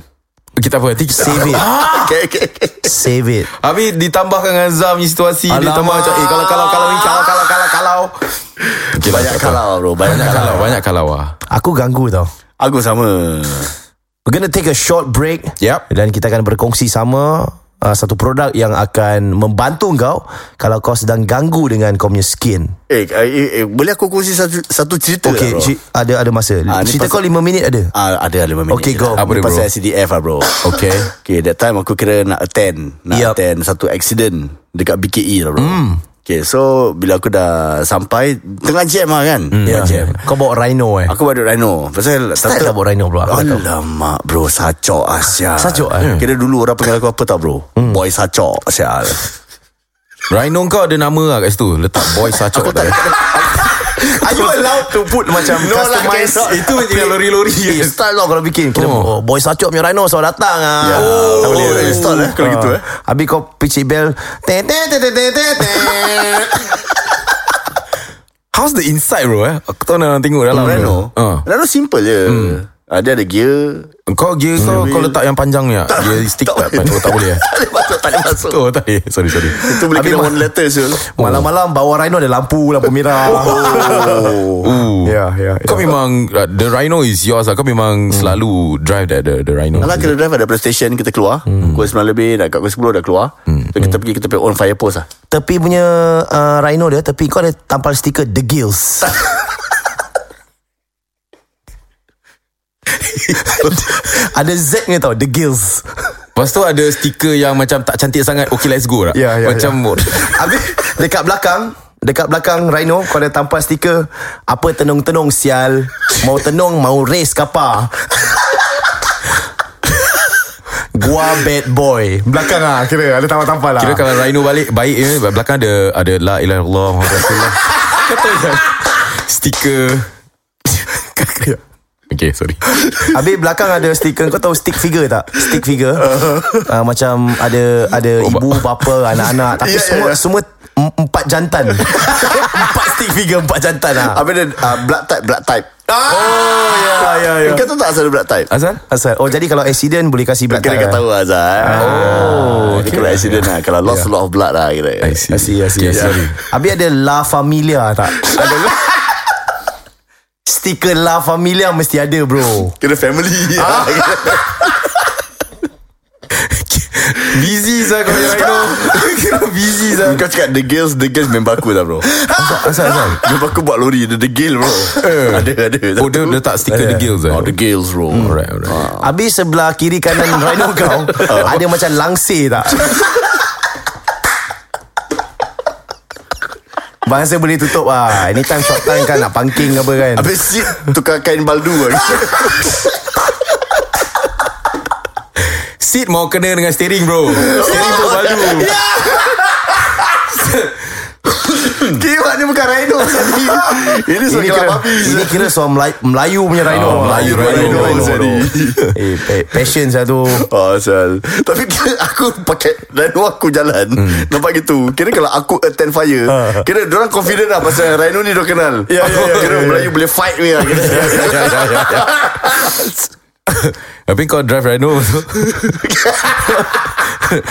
G: Kita apa? Nanti kita
F: Save it
G: Ah!
D: Okay okay okay
F: Save it
G: Habis ditambahkan dengan Zam ni situasi Alamak. Ditambah macam Eh kalau kalau kalau ni kalau kalau kalau kalau okay,
D: Ah! Banyak kalau bro Banyak,
G: Banyak kalau Banyak kalau lah
F: Aku ganggu tau
D: Aku sama
F: We're gonna take a short break
G: Yep.
F: Dan kita akan berkongsi sama uh, satu produk yang akan membantu kau kalau kau sedang ganggu dengan kau punya skin.
D: Eh, eh, eh, eh, boleh aku kongsi satu, satu cerita
F: Okey,
D: tak, lah, bro?
F: ci- ada ada masa.
D: Ah, ni
F: cerita
D: pasal-
F: kau 5 minit ada.
D: Ah, ada lima minit
F: Okay,
D: je
F: go.
D: lah.
G: Apa
D: Ni
G: dia,
D: Pasal
G: bro?
D: CDF lah bro
G: Okay.
D: Okay that time aku kira nak attend Nak
F: Yup.
D: yep. attend satu accident Dekat BKE lah bro
G: Hmm.
D: mm. Okay so Bila aku dah sampai Tengah jam lah kan
G: Hmm.
D: mm.
G: Ya.
D: Tengah jam
F: Ya. Kau bawa rhino eh.
D: Aku bawa duk rhino Pasal
F: Style lah bawa rhino pula.
D: Alamak bro Sacok asyal
F: Sacok, eh? Hmm.
D: Kira dulu orang panggil aku apa tau bro mm. Boy sacok asyal
G: Rhino kau ada nama lah kat situ Letak boy sacok dah eh.
D: Are you allowed to put macam
F: lah,
D: no
G: Customize Itu macam lori-lori
F: Eh, style lah kalau bikin Kira oh. boy sacok punya rhino Soal datang ah.
D: Ya, tak boleh install, eh, kalau
F: Ah.
D: gitu, eh.
F: Habis kau picit bell te, te, te, te, te, te, te.
G: How's the inside bro eh Aku tahu nak tengok dalam
D: Rhino
F: Hmm.
G: Ah.
D: Rhino simple je Ah, Dia ada gear
G: Kau gear kau Kau letak yang panjang ni tak? Gear stick tak, tak, tak, tak boleh eh
D: Tak boleh masuk Tak boleh masuk
G: Oh tak boleh Sorry sorry
D: Itu boleh
F: Habis
D: kena
F: ma-
D: one letter Syul
F: Malam-malam bawa rhino ada lampu Lampu merah
D: Oh.
G: Ooh.
F: Ya ya ya.
G: Kau memang uh, The Rhino is yours lah Kau memang selalu Drive that The, the Rhino
D: Alah kena drive Ada station kita keluar
F: Hmm.
D: Pukul 9 lebih Nak kat pukul 10 dah keluar So kita pergi Kita pergi on fire post lah
F: Tepi punya uh, rhino dia Tepi kau ada tampal stiker The Gills Ada Z ni tau The Gills
G: Lepas tu ada stiker yang Macam tak cantik sangat Okay let's go lah
F: Ya, ya,
G: Macam
F: Habis dekat belakang Dekat belakang Rhino Kau ada tampal stiker Apa tenung-tenung sial Mau tenung Mau race kapar Gua bad boy Belakang lah Kira ada tampal-tampal lah
G: Kira kalau Rhino balik Baik je Belakang ada Ada La ilaha illallah Muhammad Rasulullah Kata je Stiker Okay sorry
F: Habis belakang ada stiker Kau tahu stick figure tak? Stick figure
D: Uh-huh.
F: uh, Macam ada Ada ibu, bapa, anak-anak Tapi
D: Oh, Ya, ya,
F: semua
D: ya.
F: Semua em- Empat jantan Empat stick figure Empat jantan lah
D: Habis dia ah, Blood type Blood type
F: Oh ya ya
D: Kau tahu tak asal dia blood type
G: Azan
F: Asal Oh jadi kalau accident Boleh kasih ah. blood
D: Kira kau tahu Azhar Oh Dia kena accident lah Kalau lost a lot of blood lah Kira
G: I see
F: I see, I see,
G: Okay,
F: I see.
G: sorry
F: Habis ada La Familia tak? Ada la- Stiker La Familia mesti ada bro
D: Kira family
G: Busy sah kau punya Rhino Kira busy sah
D: Kau cakap The Girls The Girls member aku dah bro
F: Asal asal
D: Member aku buat lori The, the Girl bro Ada ada
G: Oh dia letak stiker The Gills eh
D: Oh The Girls bro
G: Alright alright
F: Habis sebelah kiri kanan Rhino kau
D: Ah.
F: Ada macam langsir tak? Bahasa boleh tutup lah Anytime short time kan Nak pangking ke apa kan
D: Habis seat Tukar kain baldu lah
G: Seat mau kena dengan steering bro Steering pun baldu
D: Kira maknanya bukan Rhino tadi. Ini
F: Ini
D: seorang
F: kira,
D: kelab Ah, api
F: ini kira soal Melayu, Melayu punya Rhino
G: Oh, Melayu
F: punya
G: Rhino, Rhino,
D: sorry.
F: Eh, pa- passion satu
D: Oh asal Tapi kira aku pakai Rhino aku jalan Nampak gitu Kira kalau aku attend fire Kira orang confident lah Pasal Rhino ni dia kenal
F: Ya, ya, ya,
D: Kira
F: ya, ya.
D: Melayu boleh fight ni lah kira.
G: Tapi kau drive Rhino tu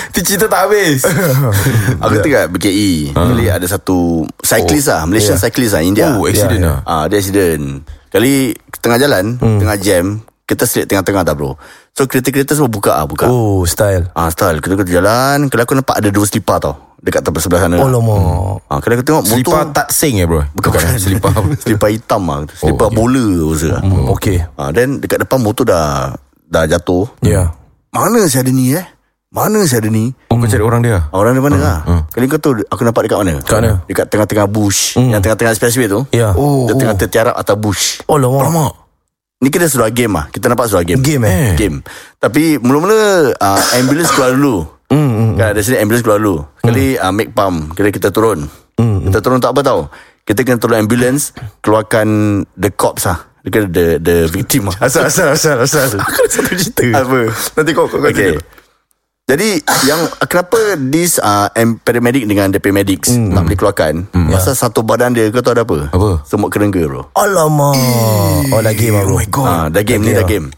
G: Itu cerita tak habis
D: Aku
G: Ya.
D: tengok BKE
G: Ha.
D: Kali ada satu Cyclist lah Malaysian cyclist lah India
G: Oh accident
F: Ya,
G: lah Hmm.
D: Ah, dia accident. Kali tengah jalan, tengah jam, kita selit tengah-tengah dah bro. So kereta-kereta semua buka ah, buka.
F: Oh style
D: Ah, style. Kereta-kereta jalan, kalau aku nampak ada dua selipar tau. Dekat tepi sebelah sana.
F: Oh lama
D: Ah, kalau aku tengok
G: Selipar
D: motor
G: tak sing eh bro
D: bukan, bukan.
G: Selipar Oh,
D: selipar hitam ah. Selipar
G: okay. Oh.
D: bola usaha.
F: Hmm, okay.
D: Ah, then dekat depan motor dah dah jatuh.
G: Ya
D: Mana si ada ni eh? Mana si ada ni?
G: Oh kau cari orang dia
D: Ah, Orang di mana lah? Kali kau tu aku nampak dekat mana? Dekat
G: Hmm, mana? Hmm.
D: Dekat tengah-tengah bush. Yang tengah-tengah expressway tu.
G: Ya.
D: Dia tengah tertiarap atas bush.
F: Oh lama
G: Alamak
D: Ni kira sudah game lah Kita nampak sudah game
F: Game, eh?
D: Game Tapi mula-mula uh, Ambulance keluar dulu mm, mm, Kan ada sini ambulance keluar dulu Kali uh, make pump Kira kita turun mm, Kita turun tak apa tau Kita kena turun ambulance Keluarkan The cops lah Dia kena the, the victim lah Asal asal asal asal Aku ada satu cerita Apa Nanti kau kau okay. Jadi yang kenapa this uh, am- paramedic dengan DP medics mm. tak boleh keluarkan mm. pasal satu badan dia kau tahu ada apa?
G: Apa?
D: Semut kerengga bro.
F: Alamak Oh dah game bro
D: Ah, dah game ni dah game.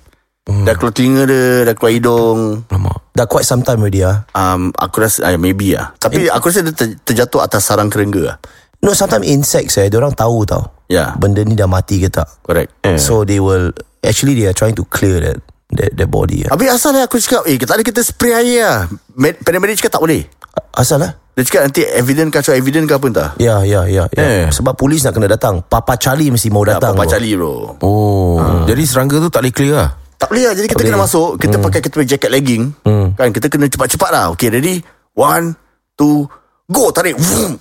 D: Dah keluar telinga dia, dah keluar hidung.
G: Alamak
F: Dah quite some time already ah.
D: Um, aku rasa uh, maybe lah. Tapi aku rasa dia ter, terjatuh atas sarang kerengga lah.
F: No sometimes insects eh Diorang tahu tau
D: Ya.
F: Benda ni dah mati ke tak
D: Correct.
F: Ya. So they will Actually they are trying to clear that that, that body lah.
D: Habis asal lah aku cakap Eh tak ada kita spray air lah Med- Paramedic cakap tak boleh
F: Asal lah
D: Dia cakap nanti evident kacau evident ke apa entah
F: Ya, ya, ya, ya.
G: Eh.
F: Sebab polis nak kena datang. Papa Ya, Charlie mesti mau
D: Tak
F: datang.
D: apa
F: bro.
D: cali bro
G: Oh Jadi serangga tu tak boleh clear lah
D: Tak boleh Hmm. lah Jadi kita kena masuk Kita pakai kita punya jacket legging Kan kita kena cepat-cepat lah Okay ready One Two Go tarik Vroom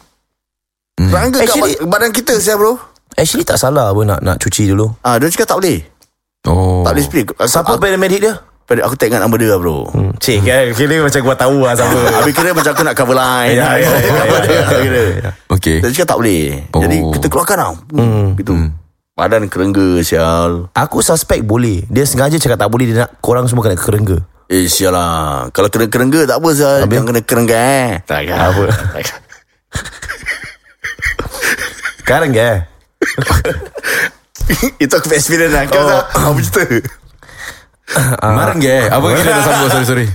D: Serangga kat
F: Actually-
D: bad- badan kita siapa bro
F: Actually tak salah pun nak nak cuci dulu.
D: Ah, Dia cakap tak boleh
G: Oh
D: Tak boleh spray Aku-
F: Siapa
D: aku,
F: paramedic dia?
D: aku, aku tak ingat nama dia lah bro
F: Cik, kan? Kira macam gua tahu lah siapa.
D: Habis kira macam aku nak cover line
F: Ya, ya, ya,
D: Aku kira.
G: Oh, Okay
D: Dia cakap tak boleh
G: Oh.
D: Jadi kita keluarkan lah Gitu Badan kerengga sial
F: Aku suspect boleh. Dia sengaja cakap tak boleh. Dia nak korang semua kena kerengga.
D: Eh sial lah Kalau kena kerengga tak apa sial Jangan kena kerengga eh Tak apa
F: Sekarang eh. ke?
D: Itu aku punya experience lah Kau tak Apa cerita
G: Maran ke Apa kita dah sambung Sorry sorry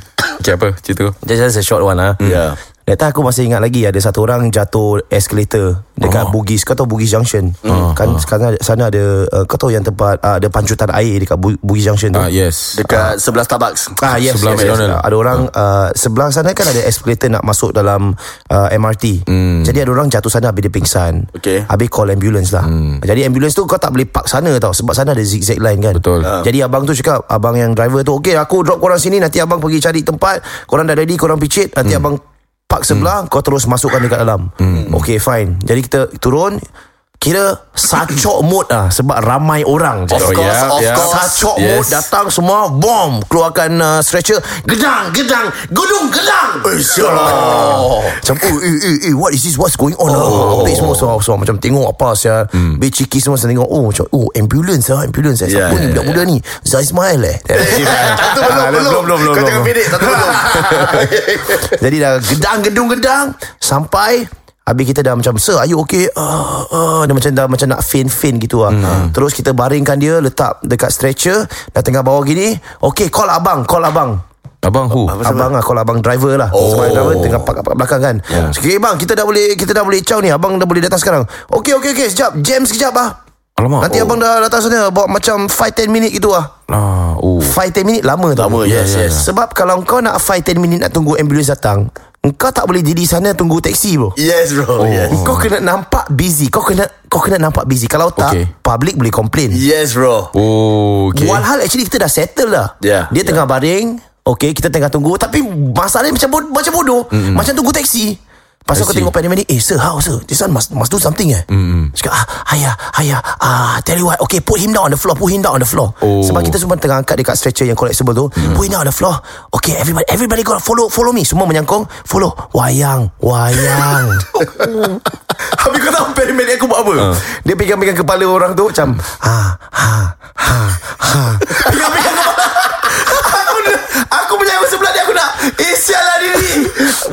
G: Okay apa cerita kau
F: Just, just a short one lah.
D: Ya.
F: Data aku masih ingat lagi ada satu orang jatuh escalator dekat oh. Bugis. Kau tahu Bugis Junction? Kan sekarang sana ada uh, kau tahu yang tempat uh, ada pancutan air dekat Bu- Bugis Junction tu.
G: Ah yes
D: Dekat sebelah Starbucks
F: Ah yes,
G: Sebelah Ah.
F: yes, yes.
G: McDonald.
F: Ada orang uh, sebelah sana kan ada escalator nak masuk dalam uh, MRT.
G: Hmm.
F: Jadi ada orang jatuh sana habis dia pingsan.
D: Okay.
F: Habis call ambulance lah.
G: Hmm.
F: Jadi ambulance tu kau tak boleh park sana tau sebab sana ada zigzag line kan.
G: Betul. Ah.
F: Jadi abang tu cakap abang yang driver tu okay aku drop korang sini nanti abang pergi cari tempat. Korang dah ready korang picit nanti
G: Hmm.
F: abang park sebelah kau terus masukkan dekat dalam. Okay fine. Jadi kita turun Kira sacok mood lah Sebab ramai orang je.
D: Of
G: Oh,
D: course
G: yeah,
D: Of
G: yeah.
D: course
F: Sacok yes. mood
G: Yes.
F: datang semua bom keluarkan uh, stretcher gedang gedang gedung gedang. Eh sialah. Macam oh, eh, eh, eh, what is this what's going on? Oh. Habis semua semua, semua macam tengok apa sia. Hmm. Beciki semua saya tengok oh macam oh ambulance ah ambulance eh.
D: Yeah,
F: Siapa ni
D: yeah,
F: budak-budak ni? Zai Ismail eh.
D: Itu Ah, belum belum Kau tengok pendek Tak belum
F: Jadi dah gedang gedung gedang sampai Habis kita dah macam Sir are you okay uh, uh, Dia macam dah macam nak faint-faint gitu lah hmm. Terus kita baringkan dia Letak dekat stretcher Dah tengah bawa gini Okay call abang Call abang
G: Abang who
F: Abang lah Call abang driver lah oh. Sebab driver tengah park kat belakang kan
D: Ya.
F: yeah. Okay bang Kita dah boleh Kita dah boleh caw ni Abang dah boleh datang sekarang Okay okay okay Sekejap Jam sekejap lah
G: Alamak
F: Nanti oh. abang dah datang sana Bawa macam 5-10 minit gitu lah
G: Ah, oh.
F: 5-10 minit lama tau
D: Lama, yes, yes.
F: ya. Sebab kalau kau nak 5-10 minit Nak tunggu ambulans datang Kau tak boleh jadi sana Tunggu taksi bro
D: Yes bro Yes
F: Kau kena nampak busy Kau kena Kau kena nampak busy Kalau tak
G: Okay.
F: okay. Public boleh complain
D: Yes bro
G: Oh,
F: okay.
G: okay.
F: Walhal actually kita dah settle lah
D: Yeah,
F: Dia tengah baring Okay kita tengah tunggu Tapi masalahnya macam, bod- macam bodoh mm-hmm. Macam tunggu taksi Pasal kau tengok paramedic Eh sir how sir This one must, must do something eh mm-hmm. Cakap ah, Ayah Ayah ah, Tell you what Okay put him down on the floor Put him down on the floor
G: Oh.
F: Sebab kita semua tengah angkat Dekat stretcher yang collectible tu mm-hmm. Put him down on the floor Okay everybody Everybody go follow Follow me Semua menyangkong Follow Wayang Wayang Habis kau tahu paramedic aku buat apa?
D: Ah.
F: Uh. Dia pegang-pegang kepala orang tu macam ha ha ha ha. Pegang-pegang kepala. Aku dah- Aku punya aku sebelah dia aku nak Eh sial lah dia ni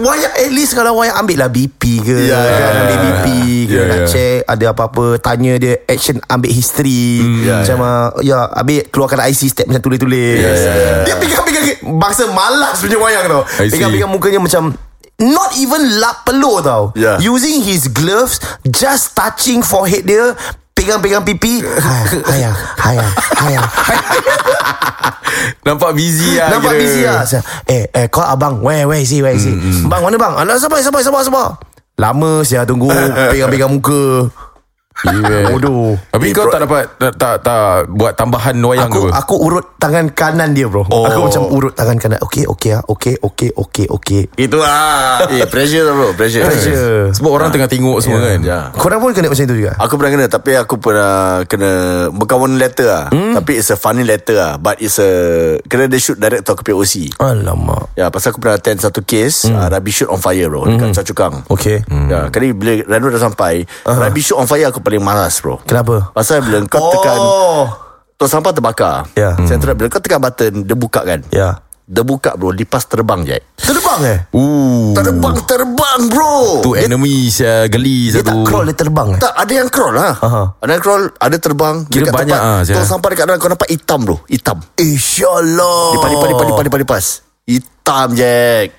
F: Wayang at least kalau wayang Ambil lah BP ke
D: Ya, ya,
F: kan, Ambil
D: ya.
F: BP ke
G: Ya,
F: Nak
G: ya.
F: check Ada apa-apa Tanya dia Action ambil history
D: Hmm,
F: Macam ah, Ya ambil Keluarkan IC step Macam tulis-tulis
D: Ya,
F: Dia pegang-pegang Bangsa malas punya wayang tau
G: I see.
F: Pegang-pegang mukanya macam Not even lap peluh tau
D: Ya.
F: Using his gloves Just touching forehead dia Pegang-pegang pipi Hayang Hayang Hayang
G: Nampak busy lah
F: Nampak
G: kira.
F: busy lah Saya, Eh eh call abang Where where is he where is he hmm. Bang mana bang Alah sabar sabar sabar sabar Lama saya tunggu Pegang-pegang muka
G: Yeah.
F: Bodoh.
G: Habis kau tak dapat tak, tak, tak buat tambahan wayang
F: Aku
G: ke apa?
F: aku urut tangan kanan dia bro oh. Aku macam urut tangan kanan Okay okay ah, Okay okay okay okay
D: Itu lah Eh pressure lah bro Pressure
F: Pressure
G: Sebab orang tengah tengok semua kan.
D: Ya
F: Korang pun kena macam tu juga
D: Aku pernah kena Tapi aku pernah Kena Bukan one letter lah
G: Hmm?
D: Tapi it's a funny letter lah But it's a Kena dia shoot direct to aku punya OC
F: Alamak
D: Ya pasal aku pernah attend satu kes
G: Hmm.
D: mm. uh, Rabi shoot on fire bro Dekat Choa Chukang
F: Okay
D: Ya kali bila Rano dah sampai
G: Ah.
D: uh-huh. Rabi shoot on fire aku paling malas bro
F: Kenapa?
D: Pasal bila kau oh. tekan
F: Oh
D: Tok sampah terbakar
F: Ya.
D: Central
G: Hmm.
D: bila kau tekan button Dia buka kan
F: Ya
D: Dia buka bro Lipas terbang je
F: Terbang eh
G: Ooh.
D: Terbang terbang bro
G: Tu enemy sia geli
F: Dia
G: satu.
F: tak crawl dia terbang eh
D: tak, ada yang crawl lah
F: Aha.
D: Ada yang crawl Ada terbang
G: Kira banyak ah,
D: Tok
G: Syah.
D: sampah dekat dalam Kau nampak hitam bro Hitam
F: eh, InsyaAllah
D: Lipas lipas
F: Oh.
D: lipas lipas lipas lipas Hitam je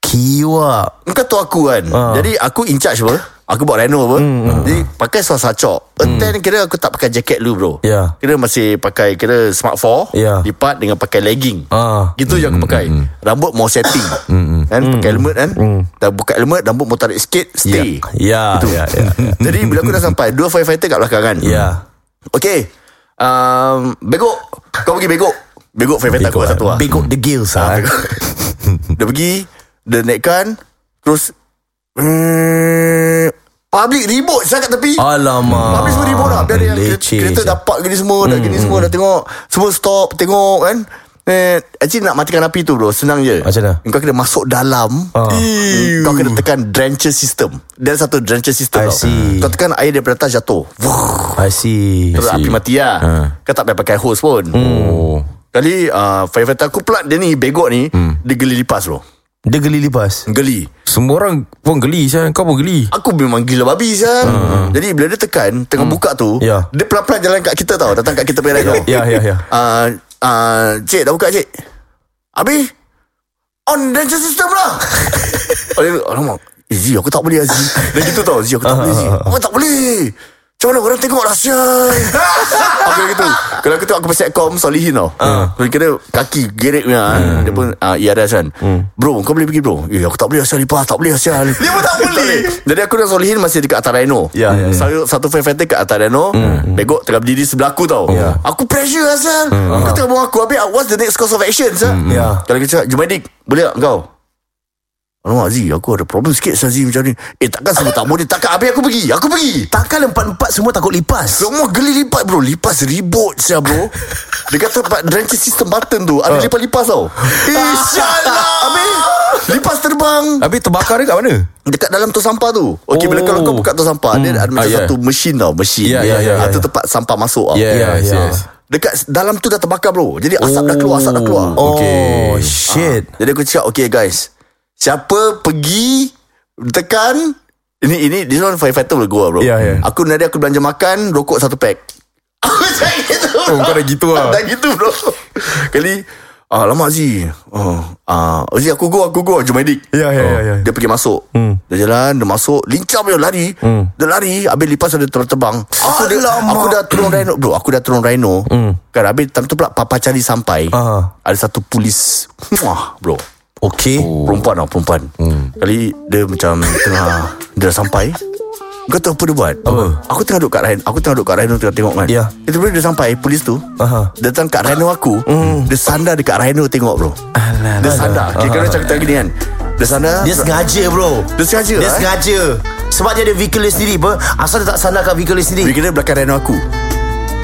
F: Kiwa Ah.
D: Engkau tu aku kan Jadi aku in charge apa Aku buat reno apa
F: Hmm,
D: Jadi pakai seluar sacok A10 kira aku tak pakai jaket dulu bro
F: Ya.
D: Kira masih pakai Kira smart 4
F: Ya.
D: Lipat dengan pakai legging
F: Ah.
D: Gitu je aku pakai Rambut mau setting
F: Hmm,
D: Kan pakai helmet kan Dah buka helmet Rambut mau tarik sikit Stay
F: Ya,
D: Itu.
F: ya, ya.
D: Jadi bila aku dah sampai Dua firefighter kat belakang kan
F: Ya.
D: Okay um, Begok Kau pergi begok Begok firefighter aku satu lah
F: Begok eh. the gills ah.
D: Dia pergi Dia naikkan Terus mm, Public ribut Saya kat tepi
F: Alamak.
D: Habis semua ribut dah Biar dia yang
F: Ah, Leceh Hmm.
D: kereta
F: sia.
D: dah park gini semua Dah gini semua Dah tengok Semua stop Tengok kan Eh, actually nak matikan api tu bro Senang je
F: Macam mana?
D: Kau kena masuk dalam Hmm.
F: Ah.
D: Kau kena tekan drencher system Dia ada satu drencher system
F: I
D: tau.
F: see.
D: Kau tekan air daripada atas jatuh Wuh,
F: I see. Ah. Hmm.
D: Terus api mati lah Kau tak payah pakai hose pun
G: Oh.
D: Kali uh, Firefighter aku pula Dia ni begok ni
F: Hmm.
D: Dia geli lipas bro
F: Dia geli lipas.
D: Geli
G: Semua orang pun geli Syah. Kau pun geli
D: Aku memang gila babi kan Jadi bila dia tekan Tengah buka tu
F: Ha, Ya.
D: Dia pelan-pelan jalan kat kita tau Datang kat kita punya ride tau
F: Ya, ya, ya.
D: Ah, ah, Cik dah buka cik Habis On danger system lah Oleh- Alamak eh, Zee aku tak boleh lah Zee Dia gitu tau Zee aku tak boleh
F: Ah,
D: Zee Aku tak boleh Macam mana orang tengok lah sial Aku yang gitu Kalau aku tengok aku pasal com Solihin tau
F: Ah.
D: Kalau kira kaki Gerik punya
F: Hmm.
D: ah. Dia pun uh, IRS kan Bro kau boleh pergi bro Eh aku tak boleh lah sial Lipas tak boleh lah sial Dia pun tak boleh Jadi aku dan Solihin Masih dekat atas Rhino
F: Ya, ya, ya.
D: Satu, satu firefighter kat atas Rhino Begok tengah berdiri sebelah aku tau
F: Ya. Hmm. Ah.
D: Aku pressure lah sial Kau tengah buang aku Habis what's the next course of action sial
F: Ya.
D: Kalau kita cakap Jumadik Boleh tak kau Alamak Zee Aku ada problem sikit Zee macam ni Eh takkan semua tak boleh Takkan habis aku pergi Aku pergi
F: Takkan empat-empat semua takut lipas.
D: semua geli lipat bro Lipas ribut siya bro Dia kata pak drenching system button tu
G: Ah.
D: Ada lipas-lipas tau InsyaAllah Habis Lipas terbang
G: Habis terbakar dia kat mana
D: Dekat dalam tong sampah tu Okay oh. bila
G: Oh.
D: kalau kau buka tong sampah Dia ada macam
G: Ah, yeah.
D: satu mesin tau Mesin
G: Yeah, yeah, yeah,
D: Atau
G: yeah.
D: tempat sampah masuk tau
G: Yes
F: Ya,
G: yeah, yes,
F: ya.
G: yes.
D: Dekat dalam tu dah terbakar bro Jadi asap dah keluar Asap dah keluar
G: Oh.
F: Oh,
G: Okay.
F: shit.
D: Jadi aku cakap Okay guys Siapa pergi Tekan Ini ini This one firefighter will go lah, bro
F: Ya, ya.
D: Aku nanti aku belanja makan Rokok satu pack Aku cakap gitu
G: Oh, kau dah gitu
F: Ah.
G: lah.
D: Dah gitu bro Kali Ah, lama Aziz oh, ah, Aziz aku go Aku go Jumaidik
F: Ya, ya, ya, ya.
D: Dia pergi masuk hmm. Dia jalan Dia masuk Lincah punya lari hmm. Dia lari Habis lipas dia terbang Aku, dia, aku dah turun rhino Bro aku dah turun rhino hmm. Kan habis time tu pula Papa cari sampai
F: Aha.
D: Ada satu polis Wah bro
F: Okay.
D: Perempuan tau perempuan hmm. Kali dia macam tengah Dia dah sampai Kau tahu apa dia buat apa? Aku tengah duduk kat Rhino Aku tengah duduk kat Rhino Tengah tengok kan
F: Ya.
D: Tiba-tiba dia sampai Polis tu
F: Aha. Hmm.
D: Dia datang kat Rhino aku Dia sandar dekat Rhino tengok bro Alah, Dia sandar Kira-kira macam kita gini kan Dia sandar
F: Dia sengaja bro
D: Dia sengaja
F: Dia
D: eh?
F: sengaja Sebab dia ada vehicle dia sendiri apa Asal dia tak sandar kat vehicle dia sendiri
D: Kira-kira belakang Rhino aku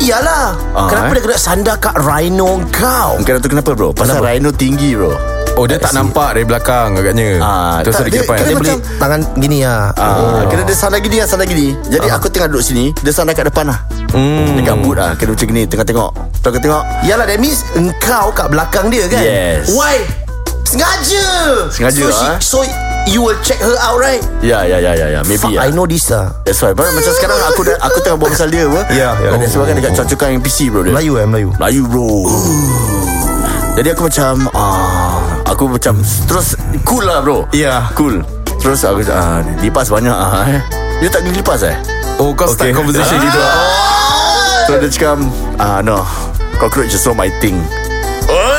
F: Iyalah
D: Ah,
F: Kenapa
D: eh?
F: dia kena sandar kat rhino kau
D: Bukan tu kenapa bro Pasal
F: Kenapa?
D: Rhino tinggi bro
G: Oh dia tak nampak dari belakang agaknya
D: Ah,
G: Terus ada
D: tak, dia-
G: depan
D: kira
F: Dia boleh
D: macam-
F: tangan gini lah
D: Ah, oh. Kira dia sandar gini Sandar gini Jadi
F: Ah.
D: aku tengah duduk sini Dia sandar kat depan lah
F: Hmm.
D: mm. Dekat boot lah Kira macam gini Tengah tengok Tengah tengok
F: Iyalah that means Engkau kat belakang dia kan
D: Yes.
F: Why Sengaja
D: Sengaja,
F: so, she,
D: ah.
F: so you will check her out right
D: Ya ya ya ya ya Maybe
F: Fuck
D: ya.
F: I know this lah
D: That's why Bro, Macam sekarang aku dah, aku tengah buat pasal dia apa
F: Ya, ya.
D: Dia sebab kan dekat Cuacukan yang PC bro dia.
F: Melayu eh Melayu
D: Melayu bro Jadi aku macam ah, Aku macam Terus Cool lah bro
F: Ya.
D: Cool Terus aku ah, Lipas banyak ah, eh. Dia tak gini lipas eh
G: Oh kau start conversation
C: Ah.
G: gitu lah
D: So dia cakap ah, No Cockroach is not my thing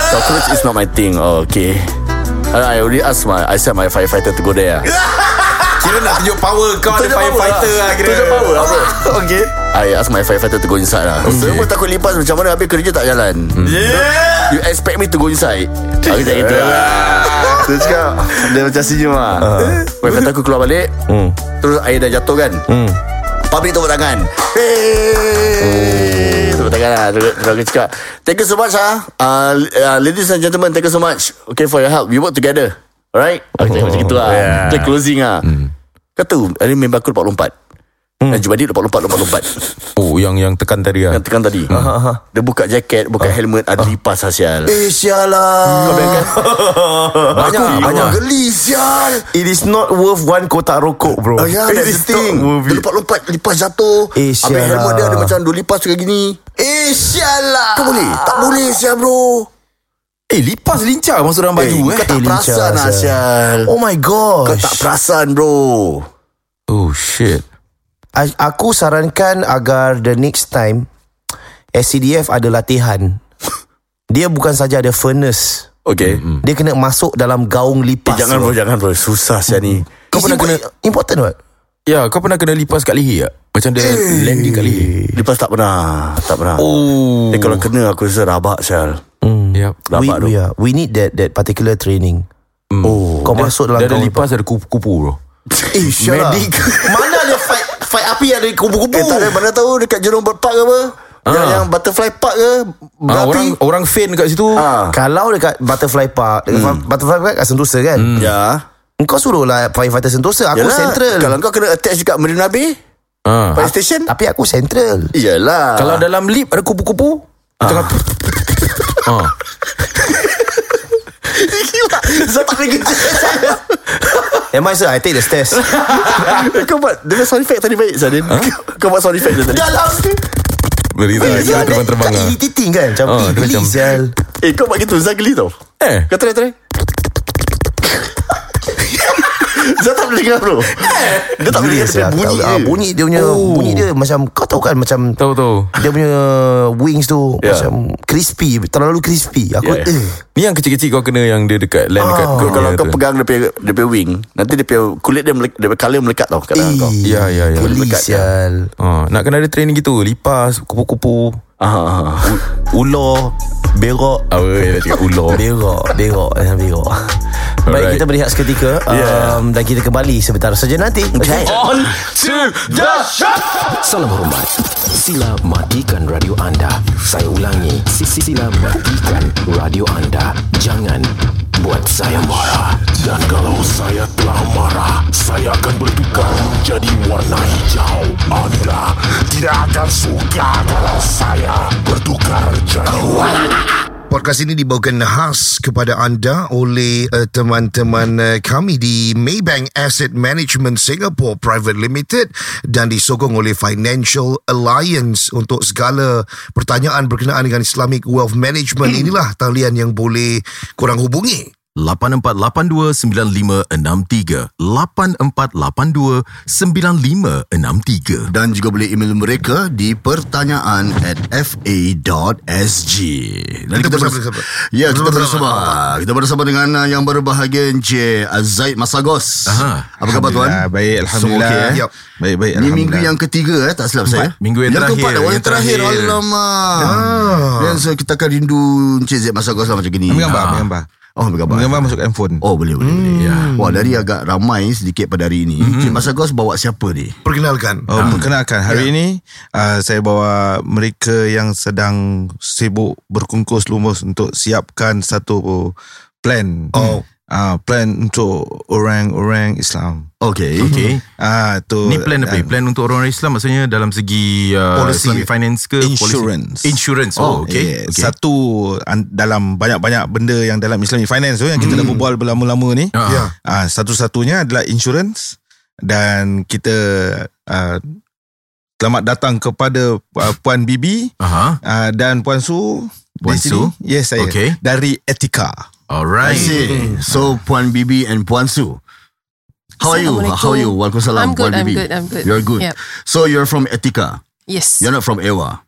D: Cockroach is not my thing oh, Okay Uh, I I already asked my I sent my firefighter to go there ah.
G: Kira nak tunjuk power Kau ada
D: Tunjuk power
G: firefighter
D: lah.
G: lah kira
D: Tunjuk power lah, bro.
G: Okay
D: I ask my firefighter to go inside lah okay. Semua takut lipas Macam mana habis kerja tak jalan Hmm.
G: Yeah
D: You expect me to go inside Aku tak gitu lah Dia cakap Dia macam senyum lah
G: Uh.
D: Wife kata aku keluar balik
G: Hmm.
D: Terus air dah jatuh kan Public tepuk tangan Hey Tepuk tangan lah Terus terus aku cakap Thank you so much ah, uh, uh, Ladies and gentlemen Thank you so much Okay for your help We work together Alright Aku
G: Oh,
D: cakap macam gitu lah Kita closing lah
G: Hmm.
D: Kata Hari member aku lompat-lompat Dan jumpa dia lompat-lompat Lompat-lompat
G: Oh yang yang tekan tadi lah Ah.
D: yang tekan tadi Dia buka jaket Buka helmet Ada lipas lah sial Eh sial lah Banyak
G: Aku-
D: Banyak
G: aku
D: geli sial
F: It is not worth one kotak rokok bro
D: Oh, yeah, that's the thing Dia lompat-lompat Lipas jatuh
F: Eh,
D: Habis
F: sial
D: helmet
F: lah.
D: dia ada macam Dua lipas juga gini
F: Eh sialah
D: Kau boleh? Tak boleh sial bro
G: Eh lipas lincah Masuk dalam
D: Eh,
G: baju eh
D: Kau tak
F: Eh, lincah,
D: perasan lah
F: sial.
D: sial
F: Oh my
D: Kau
F: gosh
D: tak perasan bro
G: Oh shit.
F: A- Aku sarankan agar the next time SCDF ada latihan. Dia bukan saja ada furnace.
D: Okay mm-hmm.
F: Dia kena masuk dalam gaung lipas.
D: Jangan bro Jangan bro Susah saya
F: Eh,
D: ni
F: Kau pernah kena important what?
G: Ya, kau pernah kena lipas kat leher tak? Macam dia landing kat leher.
D: Lepas tak pernah Tak pernah
G: Oh.
D: Eh kalau kena aku rasa rabak Syal
G: Yep.
F: We,
D: Rabak tu
F: we, are, we need that that particular training. Oh, kau masuk dalam
G: Dia ada
F: gaung lipas.
G: lipas ada kupu, kupu bro.
F: Eh, syala.
G: Medic.
F: Mana ada fight fight api yang dari kubu-kubu?
D: Eh tak ada mana tahu Dekat Jerome Bird Park ke apa yang, yang butterfly park ke
G: Ah,
D: Berapi
G: orang orang fan kat situ.
D: ah.
F: Kalau dekat Butterfly Park hmm. Butterfly Park kat Sentosa kan hmm.
D: Ya Oh,
F: Kau suruh lah Firefighter Sentosa Aku
D: Yalah,
F: central
D: Kalau kau kena attach dekat Marina Bay
G: Ah.
D: Fire station
F: Tapi aku central
D: Iyalah
G: Kalau dalam lip ada kupu-kupu. Tengah Ah.
D: Gila Zat tak ada kerja
F: Am I sir I take the stairs
D: Kau buat Dia punya sound effect tadi baik Zadin Kau buat sound effect dia tadi
F: Dalam
G: Beriza
F: Zul, tak
G: terbang-terbang. ah.
F: Irritating kan Macam
G: Oh,
F: oh,
G: dia
F: Geli
G: macam-
F: sial
D: Eh kau buat gitu Zat geli tau
G: Eh.
D: Kau try try Zat tak boleh dengar bro Dia tak boleh
F: Geli sial
D: dengar dia punya bunyi
F: Ah,
D: je.
F: Bunyi dia punya Bunyi dia macam Kau tahu kan macam
G: Tahu tahu.
F: Dia punya Wings tu
D: Ya.
F: Macam Crispy Terlalu crispy Aku
D: Ya, ya.
F: eh,
G: Ni yang kecil-kecil kau kena yang dia dekat land dekat.
D: Kau, Ah. kalau
G: Ya,
D: kau
G: tu.
D: pegang dia punya, dia punya wing Nanti dia punya kulit dia, melek, dia punya colour melekat tau Kat tangan kau
G: Ya, ya, ya.
F: Geli
D: Dekat dia.
F: sial
G: Ah, nak kena ada training gitu, lipas, kupu-kupu,
D: Aha, aha.
F: Ular Berok
G: apa dia cakap Ah, ular.
F: Berok Berok eh, Berok Baik
G: Alright.
F: kita berehat seketika yeah. um, Dan kita kembali sebentar saja nanti okay.
H: Salam hormat. Sila matikan radio anda. Saya ulangi, si- si- sila matikan radio anda. Jangan buat saya marah. Dan kalau saya telah marah, saya akan bertukar menjadi warna hijau. Anda tidak akan suka kalau saya bertukar jadi warna.
A: Podcast ini dibawakan khas kepada anda oleh uh, teman-teman uh, kami di Maybank Asset Management Singapore Private Limited dan disokong oleh Financial Alliance untuk segala pertanyaan berkenaan dengan Islamic Wealth Management. Inilah talian yang boleh korang hubungi.
I: 8482-9563 8482-9563
J: dan juga boleh email mereka di pertanyaan at fa.sg. Dan
A: Kita
J: kita,
A: bersama-
J: bersama,
A: bersama.
J: Ya, kita
A: Bersama-
J: bersama. Kita bersama dengan uh, yang berbahagia Encik uh, Zaid Masagos.
G: Aha.
J: Apa khabar tuan?
C: Alhamdulillah, Ya, Baik, alhamdulillah.
J: Semua okey, eh?
A: Yup.
C: Baik, baik.
J: Ini minggu yang ketiga eh tak silap saya.
G: Minggu yang
J: yang
G: terakhir,
J: Keempat, dah,
G: yang
J: yang terakhir.
G: terakhir.
J: Alamak.
C: Ya.
J: Dan so, kita akan rindu Encik Zaid Masagos lah macam gini.
C: Ambil gambar, ambil gambar.
J: Oh, ambil gambar.
C: Ambil gambar Hmm. masuk handphone.
J: Oh boleh boleh, boleh. Wah dari agak ramai sedikit pada hari ini
C: Hmm.
J: mm-hmm. Cik Masagos bawa siapa ni?
A: Perkenalkan.
G: Ah.
C: Oh, perkenalkan
G: Ya.
C: hari ini uh, saya bawa mereka yang sedang sibuk berkungkus lumus untuk siapkan satu plan.
A: Oh.
C: Uh, plan untuk orang-orang Islam.
J: Okay
G: Okay.
C: Ah, tu
G: Ni plan apa? Plan untuk orang Islam maksudnya dalam segi uh,
A: Policy.
G: Islamic finance ke policy?
C: Insurance.
G: Insurance. Oh, okay. okay.
C: Satu an, dalam banyak-banyak benda yang dalam Islamic finance tu yang kita dah berbual berlama-lama ni.
G: Hmm. Ah.
A: Ya.
C: Ah, satu-satunya adalah insurance dan kita ah, selamat datang kepada ah, puan Bibi
G: Aha.
C: ah, dan puan Su di
G: Puan
C: sini.
G: Su?
C: Yes, saya.
G: Okay. Ah.
C: Dari Etika.
J: I
G: Alright.
J: see. So Puan Bibi and Puan Su. How are you?
K: Assalamualaikum.
J: How are you? Waalaikumsalam.
K: I'm
J: Puan
K: good, I'm
J: Bibi.
K: good, I'm good.
J: You're good.
K: Yep.
J: So you're from Etika.
K: Yes.
J: You're not from EWA.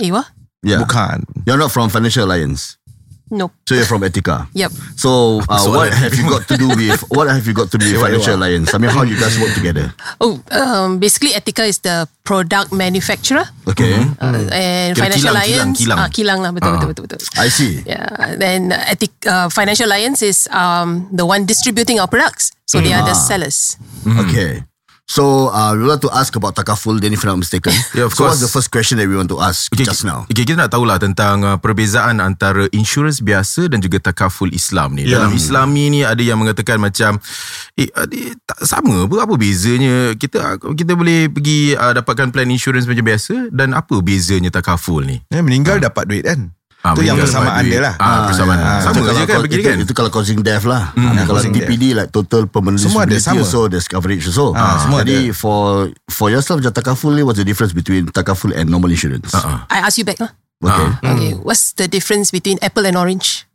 K: Ewa?
J: Yeah.
C: Bukan.
J: You're not from Financial Alliance.
K: No.
J: So you're from Etika.
K: Yep.
J: So, uh, what have you got to do with what have you got to do with Financial Alliance? I mean, how you guys work together?
K: Oh, um, basically Etika is the product manufacturer
G: Mm-hmm.
J: Okay,
K: uh, and
G: Hmm. Kira
K: Financial
G: kilang,
K: Alliance.
G: kilang, kilang.
K: Ah, kilang lah, betul, betul, betul, betul.
J: I see.
K: Yeah, then uh, Etik, uh, Financial Alliance is um, the one distributing our products. So they are
G: Hmm.
K: the
G: Ah.
K: sellers.
G: mm-hmm.
J: Okay. So, uh, we want to ask about Takaful then if I'm not mistaken.
G: Yeah, of
J: so what's
G: course.
J: the first question that we want to ask
G: Okay,
J: just
G: ki-
J: now?
G: Okay, kita nak tahulah tentang uh, perbezaan antara insurans biasa dan juga takaful Islam ni.
J: Ya.
G: Dalam Islami ni ada yang mengatakan macam eh, ah, dia tak sama apa apa bezanya? Kita kita boleh pergi uh, dapatkan plan insurans macam biasa dan apa bezanya takaful ni?
C: Eh, meninggal dapat duit kan?
G: Ah,
C: tu yang
G: meninggal
C: bersamaan
G: dapat duit.
C: dia lah.
G: Ah, bersamaan.
C: ya.
G: Sama
J: Itu
G: je
J: kalau
G: kan
J: kau-
G: begini
J: itu,
G: kan?
J: Itu kalau causing death lah hmm. Kalau
C: causing
J: TPD like total permanent
C: Semua ada,
J: disability
C: sama.
J: also There's coverage also
C: Ah, semua
J: Jadi for For yourself macam takaful ni What's the difference between takaful and normal insurance uh-uh.
K: I ask you back. Huh?
J: Okay
G: Hmm.
K: Okay, what's the difference between apple and orange?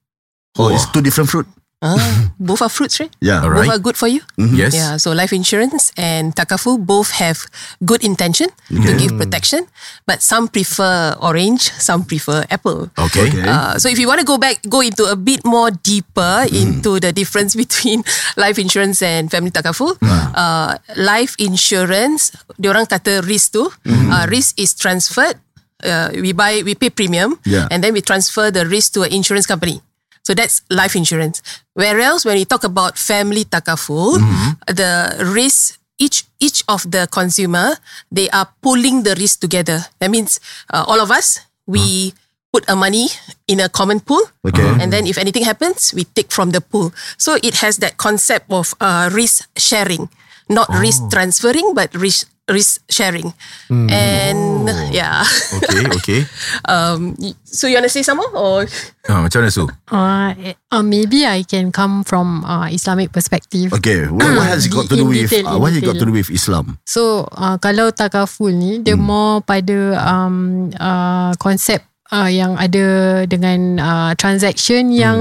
J: Oh it's two different fruit
K: Ah, both are fruits, right?
J: Yeah.
K: Both
J: Alright.
K: are good for you.
J: Mhm.
L: Ya,
J: Yes.
K: Yeah. So life insurance and Takafu both have good intention to
J: Okay.
K: give protection, but some prefer orange, some prefer apple.
J: Okay. Okay.
K: Uh, so if you want to go back, go into a bit more deeper into the difference between life insurance and family Takafu. Uh, life insurance, diorang kata risk tu. Uh, risk is transferred. Uh, we buy, we pay premium,
M: Yeah.
K: and then we transfer the risk to an insurance company. So that's life insurance. Whereas when you talk about family takafu, the risk each each of the consumer they are pulling the risk together. That means uh, all of us we put our money in a common pool,
N: Okay.
K: and then if anything happens, we take from the pool. So it has that concept of uh, risk sharing, not
G: Oh.
K: risk transferring, but risk risk sharing.
G: Hmm.
K: And yeah,
G: Okay, okay.
K: um, y- so you wanna say some more or?
G: Ah, macam mana Su?
L: Uh, eh, uh, maybe I can come from uh, Islamic perspective.
J: Okay, what, what has it got to
L: In
J: do with
L: detail,
J: uh,
L: in
J: what has it got to
L: detail.
J: do with Islam?
L: So uh, kalau takaful ni dia hmm. more pada um, uh, konsep uh, yang ada dengan uh,
J: Hmm.
L: transaction yang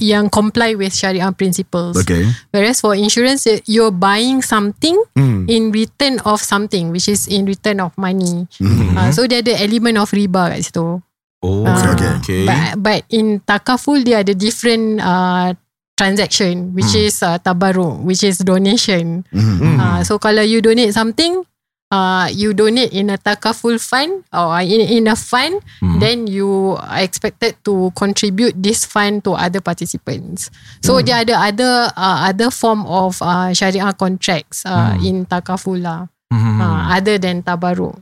L: yang comply with syariah principles.
J: Okay.
L: Whereas for insurance eh, you're buying something
J: Hmm.
L: in return of something which is in return of money.
J: Mhm.
L: Uh, so dia ada element of riba kat situ.
G: Hmm. Oh,
L: Ah,
G: okay, okay.
L: But, but in takaful dia ada different uh, transaction which
G: Hmm.
L: is uh, tabaruk which is donation.
G: Hmm.
L: Uh, so kalau you donate something uh, you donate in a takaful fund or in, in a fund
N: Hmm.
L: then you are expected to contribute this fund to other participants. So
N: Hmm.
L: dia ada other uh, other form of uh, syariah contracts uh,
G: Hmm.
L: in takaful lah.
G: Hmm.
L: Uh, other than tabaruk.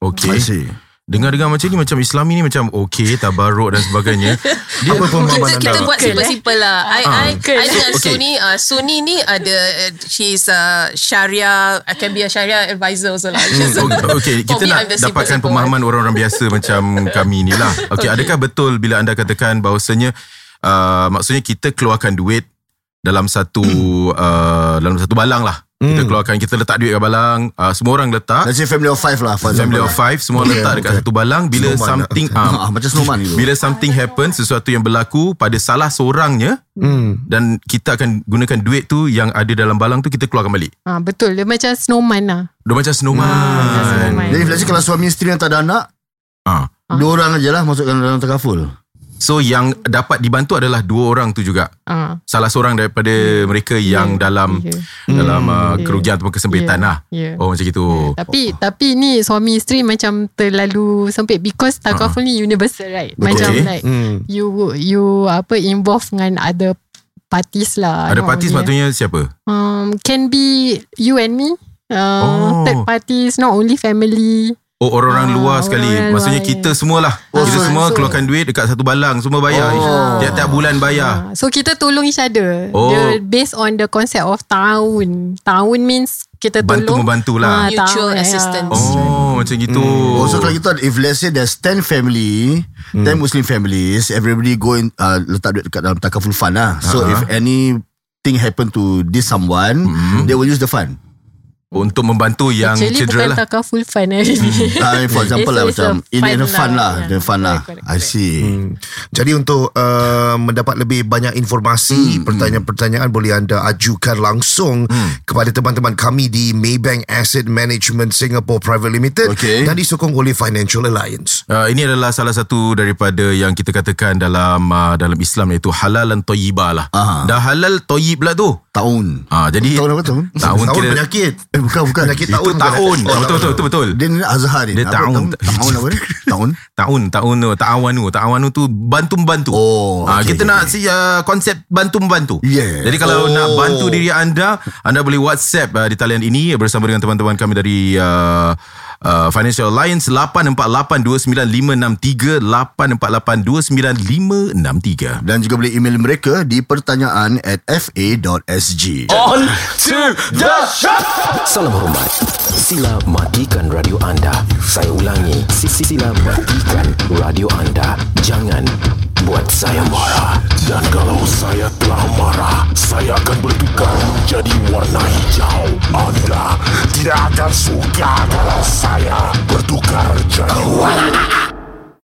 G: Okay. I see. Dengar-dengar macam ni Macam Islam ni Macam okay Tabaruk dan sebagainya Dia Apa
K: kita, kita buat simple-simple lah.
L: eh?
K: I,
G: Ah.
K: I, I dengan
G: Okay.
K: Suni, uh, Suni ni ada, uh, she's uh, Sharia, I can be a Sharia advisor also lah. She's-
G: Oh, Okay,
K: For
G: kita
K: me,
G: nak
K: I'm the
G: dapatkan
K: simple-simple
G: pemahaman orang-orang biasa macam kami ni lah. Okay,
K: Okay.
G: adakah betul bila anda katakan bahawasanya uh, maksudnya kita keluarkan duit dalam satu uh, dalam satu balang lah. Kita
K: Hmm.
G: keluarkan, kita letak duit kat balang, uh, semua orang letak.
J: Let's say family of five lah. for
G: Family
J: example.
G: of five Semua
J: Okay,
G: letak dekat
J: okay.
G: satu balang Bila
J: Snowman
G: something um,
J: lah. Ah, macam snowman gitu.
G: Bila something happen Sesuatu yang berlaku Pada salah seorangnya
A: Hmm.
G: Dan kita akan gunakan duit tu Yang ada dalam balang tu Kita keluarkan balik
L: Ah betul dia macam snowman lah.
G: Dia macam snowman
J: Jadi let's say kalau suami isteri yang tak ada anak,
G: Ah.
J: dua orang je lah masukkan dalam takaful.
G: So yang dapat dibantu adalah Dua orang tu juga
L: Ah.
G: Salah seorang daripada mereka Yang
K: Um,
G: dalam Dalam
L: Hmm.
G: uh, kerugian Ataupun kesempitan lah
L: Ya.
G: Oh macam gitu
L: Tapi tapi ni suami isteri macam terlalu sempit because
K: Ah.
L: takaful ni universal right.
G: Betul.
L: Macam
G: Okay.
L: like
G: Hmm.
L: you you apa involve dengan other parties lah.
G: Ada
L: Orang
G: partis
L: punya.
G: maksudnya siapa?
L: Um, can be you and me. Uh,
G: Oh.
L: oh. Third Ah, parties, not only family.
G: Oh orang-orang luar sekali
L: orang-orang
G: Maksudnya kita semualah oh, Kita semua keluarkan duit Dekat satu balang Semua bayar
L: Oh.
G: Tiap-tiap bulan
L: Ah,
G: bayar
K: Ah.
L: So kita tolong each other.
G: Oh.
L: The, based on the concept of tahun. Tahun means kita tolong.
G: Bantu
L: ah,
G: membantu lah.
K: Mutual
L: tahun, ya.
K: assistance.
G: Oh macam gitu
J: Oh, so
L: Hmm.
J: kalau kita if let's say there's 10 family,
A: Hmm.
J: 10 Muslim families, everybody go in uh, letak duit dekat dalam takaful fund lah. So
G: Ah.
J: if anything happen to this someone, they will use the fund.
G: Untuk membantu
L: yeah.
G: yang
L: Actually bukan
G: cedera lah
L: takaful fund eh.
J: Ah, for example lah
L: It's- it's a
J: macam in in a fund lah,
L: yeah.
J: the fund lah.
A: I see. Hmm. Jadi untuk uh, mendapat lebih banyak
J: Hmm,
A: informasi, pertanyaan-pertanyaan boleh anda ajukan langsung
J: Hmm.
A: kepada teman-teman kami di Maybank Asset Management Singapore Private Limited okay. dan disokong oleh Financial Alliance.
G: Uh, ini adalah salah satu daripada yang kita katakan dalam uh, dalam Islam iaitu halal dan toyibah lah. Aha. Dah halal toyib lah tu.
J: Tahun.
G: Ah jadi
J: Tahun apa tahun?
G: Tahun kira-
J: penyakit. Eh, bukan bukan. Penyakit
G: Itu tahun. tahun. Oh, betul, betul, betul, betul.
J: Dia ni Azhar ni.
G: Dia
J: Apa,
G: tahun.
J: Tahun apa ni? Tahun.
G: Tahun, tahun tu, ta'awanu. Ta'awanu tu bantu-membantu.
J: Oh.
G: Ah,
J: okay,
G: kita
J: okay,
G: nak si uh, konsep bantu-membantu.
J: Yeah.
G: Jadi kalau
J: Oh.
G: nak bantu diri anda, anda boleh WhatsApp uh, di talian ini bersama dengan teman-teman kami dari uh, uh, Financial Alliance 84829563 84829563.
J: Dan juga boleh email mereka di pertanyaan at fa.sg.
H: On to the shot. Salam hormat. Sila matikan radio anda. Saya ulangi, si- si- sila matikan radio anda. Jangan buat saya marah.
I: Dan kalau saya telah marah, saya akan bertukar menjadi warna hijau. Anda tidak akan suka kalau saya bertukar jadi warna